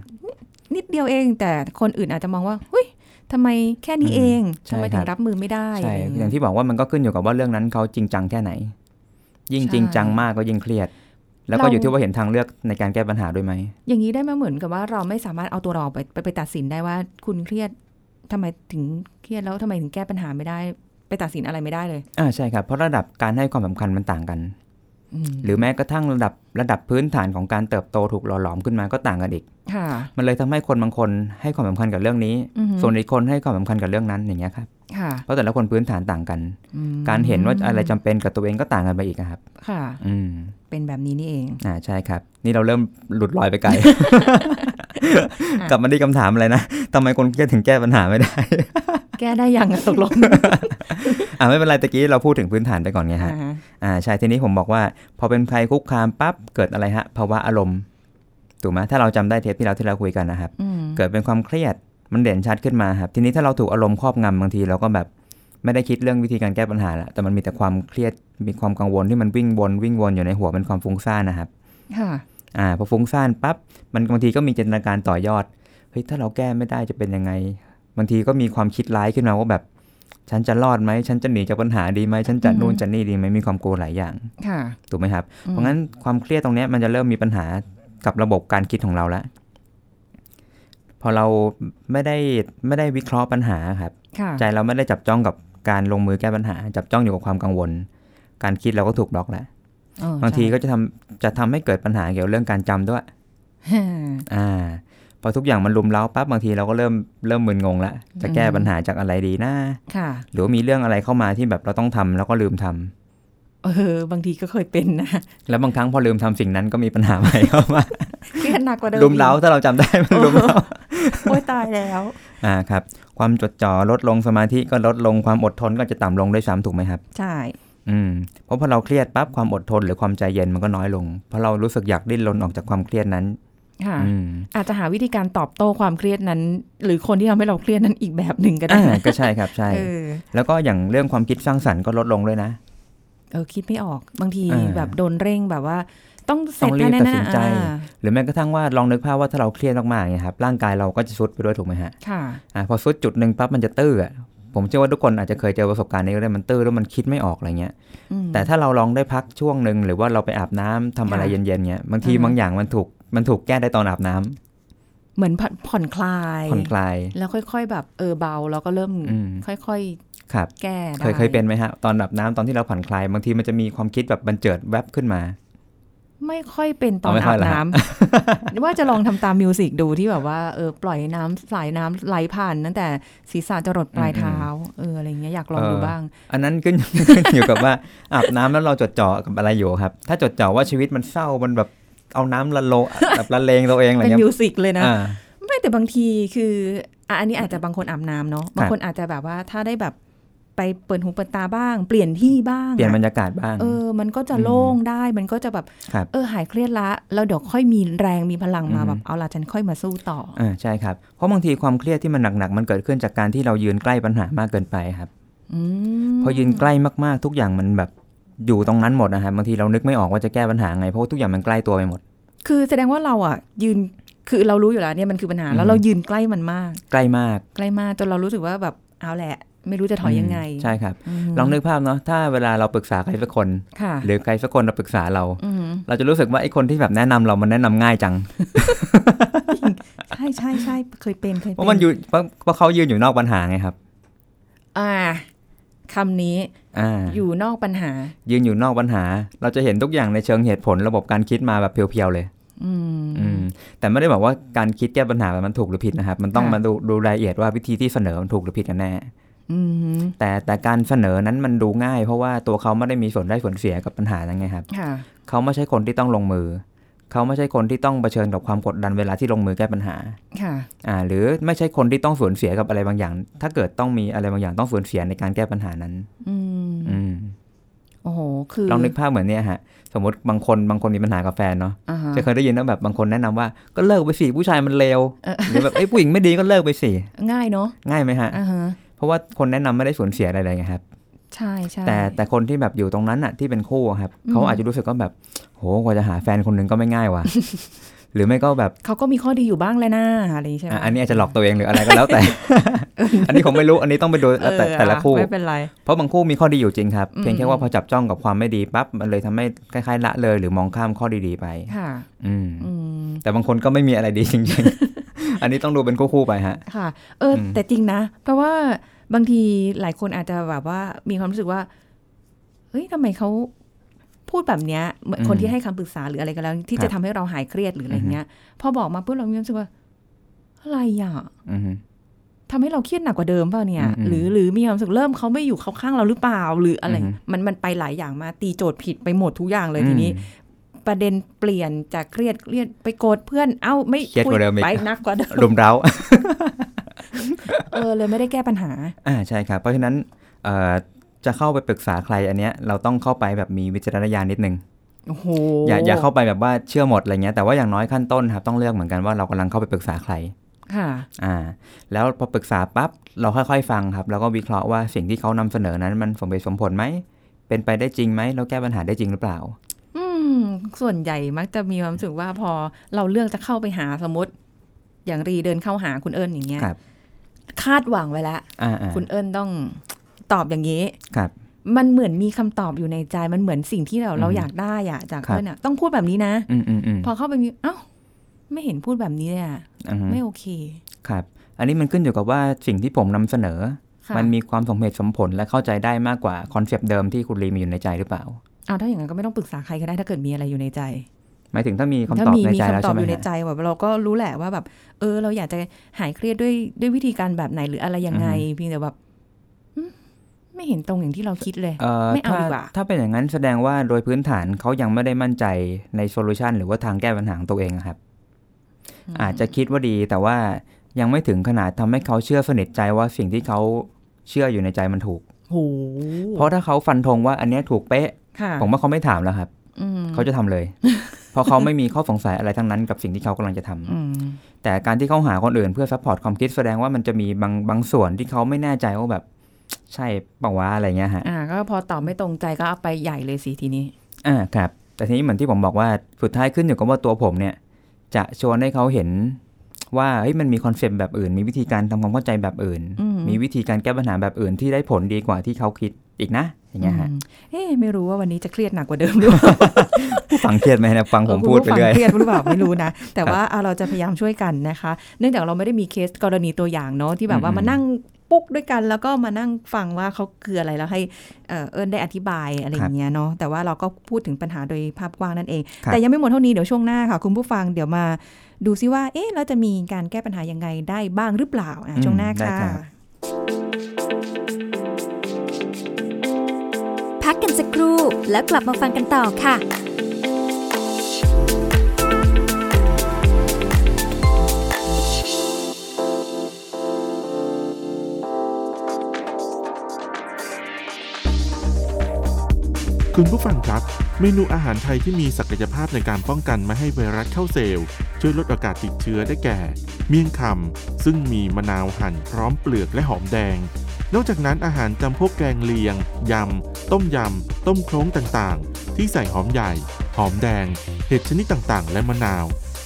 [SPEAKER 1] นิดเดียวเอง แต่คนอื่นอาจจะมองว่าเฮ้ยทำไมแค่นี้เอง
[SPEAKER 2] ใช่
[SPEAKER 1] ทำไมถึ
[SPEAKER 2] ครั
[SPEAKER 1] ง
[SPEAKER 2] บ
[SPEAKER 1] รับมือไม่ได้
[SPEAKER 2] ใช่
[SPEAKER 1] อะไรอย่าง
[SPEAKER 2] อ
[SPEAKER 1] เงี้
[SPEAKER 2] ย่าย งที่บอกว่ามันก็ขึ้นอยู่กับว่าเรื่องนั้นเขาจริงจังแค่ไหน ยิ่ง
[SPEAKER 1] ใช่
[SPEAKER 2] จริงจังมากก็ยิ่งเครียด แล้วก็
[SPEAKER 1] เรา
[SPEAKER 2] อยู่ที่ว่าเห็นทางเลือกในการแก้ปัญหาด้วยไหม
[SPEAKER 1] อย่างนี้ได้ไหมาเหมือนกับว่าเราไม่สามารถเอาตัวเราไปไปไปตัดสินได้ว่า คุณเครียดทำไมถึงเครียดแล้วทำไมถึงแก้ปัญหาไม่ได้ ไปตัดสินอะไรไม่ได้เลย
[SPEAKER 2] อ่าใช่ครับเพราะระดับการให้ความสำคัญมันต่างกัน
[SPEAKER 1] อืม
[SPEAKER 2] หรือแม้กระทั่งระดับระดับพื้นฐานของการเติบโตถูกหล่อหลอมขึ้นมาก็ต่างกันอีก
[SPEAKER 1] ค่ะ
[SPEAKER 2] มันเลยทำให้คนบางคนให้ความสำคัญกับเรื่องนี้
[SPEAKER 1] อือหือ
[SPEAKER 2] ส่วนอีกคนให้ความสำคัญกับเรื่องนั้นอย่างเงี้ยครับ
[SPEAKER 1] ค่ะ
[SPEAKER 2] เพราะแต่ละคนพื้นฐานต่างกัน
[SPEAKER 1] อืม
[SPEAKER 2] การเห็นว่าอะไรจำเป็นกับตัวเองก็ต่างกันไปอีกอะครับ
[SPEAKER 1] ค่ะ
[SPEAKER 2] อืม
[SPEAKER 1] เป็นแบบนี้นี่เอง
[SPEAKER 2] อ่าใช่ครับ นี่เราเริ่มหลุดลอยไปไกล
[SPEAKER 1] ะ
[SPEAKER 2] กลับมาที่คำถามอะไรนะทำไมคนเครียดถึงแก้ปัญหาไม่ได้
[SPEAKER 1] แก้ได้ยังอะตกลง
[SPEAKER 2] อ่าไม่เป็นไรตะกี้เราพูดถึงพื้นฐานไปก่อนไงฮะ
[SPEAKER 1] อ่าฮะ
[SPEAKER 2] อ่าใช่ทีนี้ผมบอกว่า พอเป็นภัยคุกคามปั๊บเกิดอะไรฮะภาวะอารมณ์ถูกไหมถ้าเราจำได้เทปที่เราที่เราคุยกันนะครับ
[SPEAKER 1] อืม
[SPEAKER 2] เกิดเป็นความเครียดมันเด่นชัดขึ้นมาครับทีนี้ถ้าเราถูกอารมณ์ครอบงำบางทีเราก็แบบไม่ได้คิดเรื่องวิธีการแก้ปัญหาละแต่มันมีแต่ความเครียดมีความกังวลที่มันวิ่งวนวิ่งวนอยู่ในหัวเป็นความฟุ้งซ่านนะครับ
[SPEAKER 1] ค่ะ
[SPEAKER 2] อ่าพอฟุ้งซ่านปั๊บมันบางทีก็มีจินตนาการต่อยอดเฮ้ยถ้าเราแก้ไม่ได้จะเป็นยังไง บางทีก็มีความคิดร้ายขึ้นมาว่าแบบ ฉันจะรอดไหมฉันจะหนีจากปัญหาดีไหมฉันจะ
[SPEAKER 1] อืม
[SPEAKER 2] นู่นจะนี่ดีไหมมีความกลัวหลายอย่าง
[SPEAKER 1] ค่ะ
[SPEAKER 2] ถูกไหมครับ เพราะงั้นความเครียดตรงเนี้ยมันจะเริ่มมีปัญหากับระบบการคิดของเราแล้วพอเราไม่ได้ไม่ได้วิเคราะห์ปัญหาครับ
[SPEAKER 1] ค่ะ
[SPEAKER 2] ใจเราไม่ได้จับจ้องกับการลงมือแก้ปัญหา จับจ้องอยู่กับความกังวล การคิดเราก็ถูกบล็อกแล้ว
[SPEAKER 1] เออบ
[SPEAKER 2] างที
[SPEAKER 1] ใช่
[SPEAKER 2] ก็จะทำจะทำให้เกิดปัญหาเกี่ยวกับเรื่องการจำด้วย
[SPEAKER 1] ฮ่า
[SPEAKER 2] อ่าพอทุกอย่างมันลุมเล้าปั๊บบางทีเราก็เริ่มเริ่มมึนงงละจะแก้
[SPEAKER 1] อืม
[SPEAKER 2] ปัญหาจากอะไรดีนะ
[SPEAKER 1] ค่ะ
[SPEAKER 2] หรือว่ามีเรื่องอะไรเข้ามาที่แบบเราต้องทำแล้วก็ลืมทำ
[SPEAKER 1] เออบางทีก็เคยเป็นนะ
[SPEAKER 2] แล้วบางครั้งพอลืมทำสิ่งนั้นก็มีปัญหาใหม่เข้า มา
[SPEAKER 1] เครียดหนักกว่าเดิม
[SPEAKER 2] ลุมเล้าถ้าเราจำได้ มันลุมเล้า
[SPEAKER 1] โอ้ยตายแล้ว
[SPEAKER 2] อ่าครับความจดจ่อลดลงสมาธิก็ลดลงความอดทนก็จะต่ำลงด้วยซ้ำถูกไหมครับ
[SPEAKER 1] ใช่
[SPEAKER 2] อืมเพราะพอเราเครียดปั๊บความอดทนหรือความใจเย็นมันก็น้อยลง เพราะเรารู้สึกอยากดิ้นรนออกจากความเครียดนั้น
[SPEAKER 1] ค่ะ
[SPEAKER 2] อืม
[SPEAKER 1] อาจจะหาวิธีการตอบโต้ความเครียดนั้น หรือคนที่ทำให้เราเครียดนั้นอีกแบบหนึ่งก็ได้
[SPEAKER 2] อ่า
[SPEAKER 1] นะ
[SPEAKER 2] ก็ใช่ครับใช่
[SPEAKER 1] เออ
[SPEAKER 2] แล้วก็อย่างเรื่องความคิดสร้างสรรค์ก็ลดลงด้วยนะ
[SPEAKER 1] เออคิดไม่ออกบางที
[SPEAKER 2] อ่า
[SPEAKER 1] แบบโดนเร่งแบบว่า ต้องเส
[SPEAKER 2] ต้
[SPEAKER 1] ร็
[SPEAKER 2] อ
[SPEAKER 1] จ
[SPEAKER 2] งรีบ
[SPEAKER 1] ภายใน
[SPEAKER 2] ตัด
[SPEAKER 1] นะ
[SPEAKER 2] สินใจ
[SPEAKER 1] อ่า
[SPEAKER 2] หรือแม้กระทั่งว่าลองนึกภาพว่าถ้าเราเครียดมากๆเนี่ยครับร่างกายเราก็จะซุดไปด้วยถูกไหมฮะ
[SPEAKER 1] ค่ะ
[SPEAKER 2] อ่ะพอซุดจุดหนึ่งปั๊บมันจะตื้ออะผมเชื่อว่าทุกคนอาจจะเคยเจอประสบการณ์นี้ก็ได้มันตื้อแล้วมันคิดไม่ออกอะไรเงี้ย
[SPEAKER 1] อืม
[SPEAKER 2] แต่ถ้าเราลองได้พักช่วงหนึ่งหรือว่าเราไปอาบน้ำทำอะไร
[SPEAKER 1] ค่ะ
[SPEAKER 2] เย็นๆเงี้ยบางที
[SPEAKER 1] อ่าฮะ
[SPEAKER 2] บางอย่างมันถูกมันถูกแก้ได้ตอนอาบน้ำ
[SPEAKER 1] เหมือนผ่อนผ่อนคลาย
[SPEAKER 2] ผ่อนคลาย
[SPEAKER 1] แล้วค่อย ๆ แบบเออเบาแล้วก็เริ่ม
[SPEAKER 2] อืม
[SPEAKER 1] ค่อย
[SPEAKER 2] ครับ
[SPEAKER 1] ๆ แก้ได้
[SPEAKER 2] เคยเคยเป็นไหมฮะตอนอาบน้ำตอนที่เราผ่อนคลาย บางทีมันจะมีความคิดแบบบันเจิดแวบขึ้นมา
[SPEAKER 1] ไม่ค่อยเป็นตอน
[SPEAKER 2] เอาไม่ค่
[SPEAKER 1] อาบ
[SPEAKER 2] อยเหรอฮะ
[SPEAKER 1] น้ำ ว่าจะลองทำตามมิวสิกดูที่แบบว่าเออปล่อยน้ำสายน้ำไหลผ่านตั้งแต่ศีรษะจรดปลายเท้าเอออะไรอย่างเงี้ยอยากลองดูบ้าง
[SPEAKER 2] อันนั้นขึ้น ขึ้นอยู่กับว่า อาบน้ำแล้วเราจดจ่อกับอะไรอยู่ครับ ถ้าจดจ่อว่าชีวิตมันเศร้ามันแบบเอาน้ำละโลแบบละเลงตัวเองอะไร
[SPEAKER 1] เป็น
[SPEAKER 2] เงี้ย
[SPEAKER 1] มิวสิกเลยนะ
[SPEAKER 2] อ่า
[SPEAKER 1] ไม่แต่บางทีคืออ่ะอันนี้อาจจะบางคนอาบน้ำเนาะบางคนอาจจะแบบว่าถ้าได้แบบไปเปิดหูเปิดตาบ้าง เปลี่ยนที่บ้าง
[SPEAKER 2] เปลี่ยนบร
[SPEAKER 1] อะ
[SPEAKER 2] รยากาศบ้าง
[SPEAKER 1] เออ มันก็จะโล่งได้มันก็จะแบบ
[SPEAKER 2] ครับ
[SPEAKER 1] เออหายเครียดละแล้วเดี๋ยวค่อยมีแรงมีพลังมา
[SPEAKER 2] อือฮึ
[SPEAKER 1] แบบเอาละฉันค่อยมาสู้ต่ออ
[SPEAKER 2] อ่าใช่ครับ เพราะบางทีความเครียดที่มันหนักๆมันเกิดขึ้นจากการที่เรายืนใกล้ปัญหามากเกินไปครับ
[SPEAKER 1] อืม
[SPEAKER 2] พอยืนใกล้มากๆ ทุกอย่างมันแบบอยู่ตรงนั้นหมดนะครับบางทีเรานึกไม่ออกว่าจะแก้ปัญหาไงเพราะว่าทุกอย่างมันใกล้ตัวไปหมด
[SPEAKER 1] คือแสดงว่าเราอ่ะ ยืนคือเรารู้อยู่แล้วเนี่ยมันคือปัญหา
[SPEAKER 2] อือฮึ
[SPEAKER 1] แล้วเรายืนใกล้มันมาก
[SPEAKER 2] ใกล้มาก
[SPEAKER 1] ใกล้มากจนเรารู้สึกว่าแบบเอาแหละ ไม่รู้จะถอยยังไง
[SPEAKER 2] ใช่ครับ
[SPEAKER 1] อืม
[SPEAKER 2] ลองนึกภาพเนาะถ้าเวลาเราปรึกษาใครสักคน
[SPEAKER 1] ค่ะ
[SPEAKER 2] หรือใครสักคนมาปรึกษาเรา
[SPEAKER 1] อืม
[SPEAKER 2] เราจะรู้สึกว่าไอ้คนที่แบบแนะนำเรามันแนะนำง่ายจัง
[SPEAKER 1] ใช่ใช่ใช่เคยเป็นเคย
[SPEAKER 2] เพ
[SPEAKER 1] เป็น
[SPEAKER 2] ราะมันอยู่เพราะเพราะเขายืนอยู่นอกปัญหาไงครับ
[SPEAKER 1] อ่าคำนี้
[SPEAKER 2] อ่า
[SPEAKER 1] อยู่นอกปัญหา
[SPEAKER 2] ยืนอยู่นอกปัญหา เราจะเห็นทุกอย่างในเชิงเหตุผลระบบการคิดมาแบบเพียวๆเลย
[SPEAKER 1] อืม
[SPEAKER 2] อืมแต่ไม่ได้บอกว่าการคิดแก้ปัญหาแบบมันถูกหรือผิดนะครับ มันต้อง
[SPEAKER 1] ค่ะ
[SPEAKER 2] มาดูดูรายละเอียดว่าวิธีที่เสนอมันถูกหรือผิดกันแน่
[SPEAKER 1] อืม
[SPEAKER 2] แต่แต่การเสนอนั้นมันดูง่าย เพราะว่าตัวเขาไม่ได้มีส่วนได้ส่วนเสียกับปัญหานั้นไงครับ
[SPEAKER 1] ค่ะ
[SPEAKER 2] เขาไม่ใช่คนที่ต้องลงมือ เขาไม่ใช่คนที่ต้องเผชิญกับความกดดันเวลาที่ลงมือแก้ปัญหา
[SPEAKER 1] ค่ะ
[SPEAKER 2] อ่าหรือไม่ใช่คนที่ต้องสูญเสียกับอะไรบางอย่าง ถ้าเกิดต้องมีอะไรบางอย่างต้องสูญเสียในการแก้ปัญหานั้น
[SPEAKER 1] อืม
[SPEAKER 2] อืม
[SPEAKER 1] โอ้โห คือ
[SPEAKER 2] ลองนึกภาพเหมือนเนี่ยฮะสมมติบางคนบางคนมีปัญหากับแฟนเนาะ
[SPEAKER 1] อ่าฮะ
[SPEAKER 2] จะเคยได้ยินว่าแบบบางคนแนะนำว่าก็เลิกไปสิผู้ชายมันเลว
[SPEAKER 1] เออ
[SPEAKER 2] หรือแบบไอ้ยผู้หญิงไม่ดีก็เลิกไปสิ
[SPEAKER 1] ง่ายเนาะ
[SPEAKER 2] ง่ายไหมฮะ
[SPEAKER 1] อ่าฮะ
[SPEAKER 2] เพราะว่าคนแนะนำไม่ได้สูญเสียอะไรเลยไงครับ
[SPEAKER 1] ใช่ใช่
[SPEAKER 2] แต่แต่คนที่แบบอยู่ตรงนั้นอะที่เป็นคู่อะครับ
[SPEAKER 1] อืม
[SPEAKER 2] เขาอาจจะรู้สึกว่าแบบโหกว่าจะหาแฟนคนหนึ่งก็ไม่ง่ายว่ะ หรือไม่ก็แบบ
[SPEAKER 1] เขาก็มีข้อดีอยู่บ้างแหล้วนะอะไรอย่างงี้ใช่ไหม
[SPEAKER 2] อ่ะอันนี้อาจจะหลอกตัวเองหรืออะไรก็แล้ว แต่ อันนี้ผมไม่รู้อันนี้ต้องไปดู
[SPEAKER 1] เออ
[SPEAKER 2] แต่แต่ละ
[SPEAKER 1] อ่
[SPEAKER 2] คู่
[SPEAKER 1] ไม่เป็นไร
[SPEAKER 2] เพราะบางคู่มีข้อดีอยู่จริงครับเพียง
[SPEAKER 1] อื
[SPEAKER 2] แค่
[SPEAKER 1] ม
[SPEAKER 2] ว่าพอจับจ้องกับความไม่ดีปั๊บมันเลยทำให้คล้ายๆละเลย หรือมองข้ามข้อดีๆไป
[SPEAKER 1] ค่ะ
[SPEAKER 2] อืม
[SPEAKER 1] อืม
[SPEAKER 2] แต่บางคนก็ไม่มีอะไรดีจริง ๆ อันนี้ต้องดูเป็นคู่ๆไปฮะ
[SPEAKER 1] ค่ะ เอออ
[SPEAKER 2] ม
[SPEAKER 1] แต่จริงนะ เพราะว่าบางทีหลายคนอาจจะแบบว่ามีความรู้สึกว่าเฮ้ยทำไมเขาพูดแบบเนี้ยเหมือนคนที่ให้คำปรึกษาหรืออะไรก็แล้ว ที่จะทำให้เราหายเครียดหรืออะไรเงี้ย พอบอกมาปุ๊บเรามีความรู้สึกว่า อะไรอ่ะ
[SPEAKER 2] อือฮึ
[SPEAKER 1] ทำให้เราเครียดหนักกว่าเดิมเปล่าเนี่ย
[SPEAKER 2] อืมๆ
[SPEAKER 1] หรือหรือมีความรู้สึกเริ่มเขาไม่อยู่เขาข้างเราหรือเปล่า หรืออะไร
[SPEAKER 2] อือฮึ
[SPEAKER 1] มันมันไปหลายอย่างมาตีโจทย์ผิดไปหมดทุกอย่างเลยทีนี้
[SPEAKER 2] อืม
[SPEAKER 1] ประเด็นเปลี่ยนจากเครียดเครียดไปโกรธเพื่อนเอ้าไม่
[SPEAKER 2] เครียดกว่าเดิมอีก
[SPEAKER 1] ไป นักกว่าเดิม
[SPEAKER 2] รุมเร้า
[SPEAKER 1] เออเลยไม่ได้แก้ปัญหา
[SPEAKER 2] อ่าใช่ครับ เพราะฉะนั้นเอ่อจะเข้าไปปรึกษาใครอันเนี้ยเราต้องเข้าไปแบบมีวิจารณญาณนิดนึง
[SPEAKER 1] โอ้โห
[SPEAKER 2] อย่าอย่าเข้าไปแบบว่าเชื่อหมดอะไรเงี้ยแต่ว่าอย่างน้อยขั้นต้นครับต้องเลือกเหมือนกันว่าเรากำลังเข้าไปปรึกษาใคร
[SPEAKER 1] ค่ะ
[SPEAKER 2] อ่า แล้วพอปรึกษาปั๊บเราค่อยๆฟังครับ แล้วก็วิเคราะห์ว่าสิ่งที่เขานำเสนอนั้นมันสมเหตุสมผลไหมเป็นไปได้จริงไหมเราแก้ปัญหาได้จริงหรือเปล่า
[SPEAKER 1] อืมส่วนใหญ่มักจะมีความรู้สึกว่าพอเราเลือกจะเข้าไปหาสมมติ อย่างรีเดินเข้าหาคุณเอิญอย่างเงี้ย
[SPEAKER 2] ครับ
[SPEAKER 1] คาดหวังไว้แล้ว
[SPEAKER 2] อ่าอ่า
[SPEAKER 1] คุณเอิญต้องตอบอย่างนี้
[SPEAKER 2] ครับ
[SPEAKER 1] มันเหมือนมีคำตอบอยู่ในใจ มันเหมือนสิ่งที่เรา
[SPEAKER 2] อือฮึ
[SPEAKER 1] เราอยากได้อะจาก
[SPEAKER 2] ครับ
[SPEAKER 1] เพื่อนอะต้องพูดแบบนี้นะ
[SPEAKER 2] อืมอืมอืม
[SPEAKER 1] พอเข้าไปมีเอ้า ไม่เห็นพูดแบบนี้เลยอะ
[SPEAKER 2] อือฮึ
[SPEAKER 1] ไม่โอเค
[SPEAKER 2] ครับ อันนี้มันขึ้นอยู่กับว่าสิ่งที่ผมนำเสนอ
[SPEAKER 1] ค่ะ
[SPEAKER 2] มันมีความสมเหตุสมผลและเข้าใจได้มากกว่าคอนเซปต์เดิมที่คุณลีมีอยู่ในใจหรือเปล่า
[SPEAKER 1] เอาถ้าอย่างนั้นก็ไม่ต้องปรึกษาใครก็ได้ถ้าเกิดมีอะไรอยู่ในใจ
[SPEAKER 2] หมายถึงถ้ามีคำ
[SPEAKER 1] ถ้า
[SPEAKER 2] ตอบ
[SPEAKER 1] มี
[SPEAKER 2] ใน
[SPEAKER 1] มี
[SPEAKER 2] ใจแล้ว
[SPEAKER 1] คำตอ
[SPEAKER 2] ใช่
[SPEAKER 1] บ
[SPEAKER 2] ไหม
[SPEAKER 1] อยู่ใน
[SPEAKER 2] ฮะ
[SPEAKER 1] ใจแบบเราก็รู้แหละว่าแบบ เออ เราอยากจะหายเครียดด้วยด้วยวิธีการแบบไหนหรืออะไรยังไง
[SPEAKER 2] อือฮึ
[SPEAKER 1] เพียงแต่แบบอืมไม่เห็นตรงอย่างที่เราคิดเลย
[SPEAKER 2] เอ่อ
[SPEAKER 1] ไม่เอา
[SPEAKER 2] ถ้า
[SPEAKER 1] ดีกว่า
[SPEAKER 2] ถ้าเป็นอย่างนั้นแสดงว่าโดยพื้นฐานเขายังไม่ได้มั่นใจในโซลูชันหรือว่าทางแก้ปัญหาของตัวเองอะครับ อาจจะคิดว่าดีแต่ว่ายังไม่ถึงขนาดทำให้เขาเชื่อสนิทใจว่าสิ่งที่เขาเชื่ออยู่ในใจมันถูก
[SPEAKER 1] โห
[SPEAKER 2] เพราะถ้าเขาฟันธงว่าอันเนี้ยถูกเป๊ะ
[SPEAKER 1] ค่ะ
[SPEAKER 2] ผมว่าเขาไม่ถามแล้วครับ
[SPEAKER 1] อืม
[SPEAKER 2] เขาจะทำเลย เพราะเขาไม่มีข้อสงสัยอะไรทั้งนั้นกับสิ่งที่เขากำลังจะทำ
[SPEAKER 1] อืม
[SPEAKER 2] แต่การที่เขาหาคนอื่นเพื่อซัพพอร์ตความคิดแสดงว่ามันจะมีบางบางส่วนที่เขาไม่แน่ใจว่าแบบ ใช่เปล่าวะอะไรเงี้ยฮะ
[SPEAKER 1] อ่า ก็พอตอบไม่ตรงใจก็เอาไปใหญ่เลยสิทีนี้
[SPEAKER 2] อ่าครับ แต่ทีนี้เหมือนที่ผมบอกว่าสุดท้ายขึ้นอยู่กับว่าตัวผมเนี่ย จะชวนให้เขาเห็นว่าเฮ้ยมันมีคอนเซปต์แบบอื่น มีวิธีการทำความเข้าใจแบบอื่น
[SPEAKER 1] อืม
[SPEAKER 2] มีวิธีการแก้ปัญหาแบบอื่นที่ได้ผลดีกว่าที่เขาคิดอีกนะ อย่างเงี้ยฮะ
[SPEAKER 1] อืมเอ๊ะไม่รู้ว่าวันนี้จะเครียดหนักกว่าเดิมหรือเปล่า
[SPEAKER 2] ผู้ฟังเครียดไหมเนะฟังผม
[SPEAKER 1] เออ
[SPEAKER 2] พูด
[SPEAKER 1] คุ
[SPEAKER 2] ไป
[SPEAKER 1] ณผู้ฟัง
[SPEAKER 2] เรื่อย
[SPEAKER 1] เครียดหรือเปล่าไม่รู้นะ แต่
[SPEAKER 2] ครับ
[SPEAKER 1] ว่าเอาเราจะพยายามช่วยกันนะคะ เนื่องจากเราไม่ได้มีเคสกรณีตัวอย่างเนาะที่แบบว่า
[SPEAKER 2] อืม
[SPEAKER 1] มานั่ง ปุ๊กด้วยกัน แล้วก็มานั่งฟังว่าเขาคืออะไรแล้วให้เอ่อเอิญได้อธิบายอะไรอย่างเงี้ยเนาะแต่ว่าเราก็พูดถึงปัญหาโดยภาพกว้างนั่นเอง
[SPEAKER 2] ครับ
[SPEAKER 1] แต่ยังไม่หมดเท่านี้เดี๋ยวช่วงหน้าค่ะคุณผู้ฟังเดี๋ยวมาดูซิว่าเอ๊ะเราจะมีการแก้ปัญหายังไงได้บ้างหรือเปล่าอ่ะช่วงหน้า
[SPEAKER 2] อืมได้
[SPEAKER 1] ค่ะ
[SPEAKER 2] ครับ
[SPEAKER 3] พักกันสักครู่แล้วกลับมาฟังกันต่อค่ะ
[SPEAKER 4] คุณผู้ฟังครับ เมนูอาหารไทยที่มีศักยภาพในการป้องกันไม่ให้ไวรัสเข้าเซลล์ ช่วยลดโอกาสติดเชื้อได้แก่ เมี่ยงคำซึ่งมีมะนาวหั่นพร้อมเปลือกและหอมแดง นอกจากนั้นอาหารจำพวกแกงเลียง ยำ ต้มยำ ต้มโคล้งต่างๆ ที่ใส่หอมใหญ่ หอมแดง เห็ดชนิดต่างๆ และมะนาว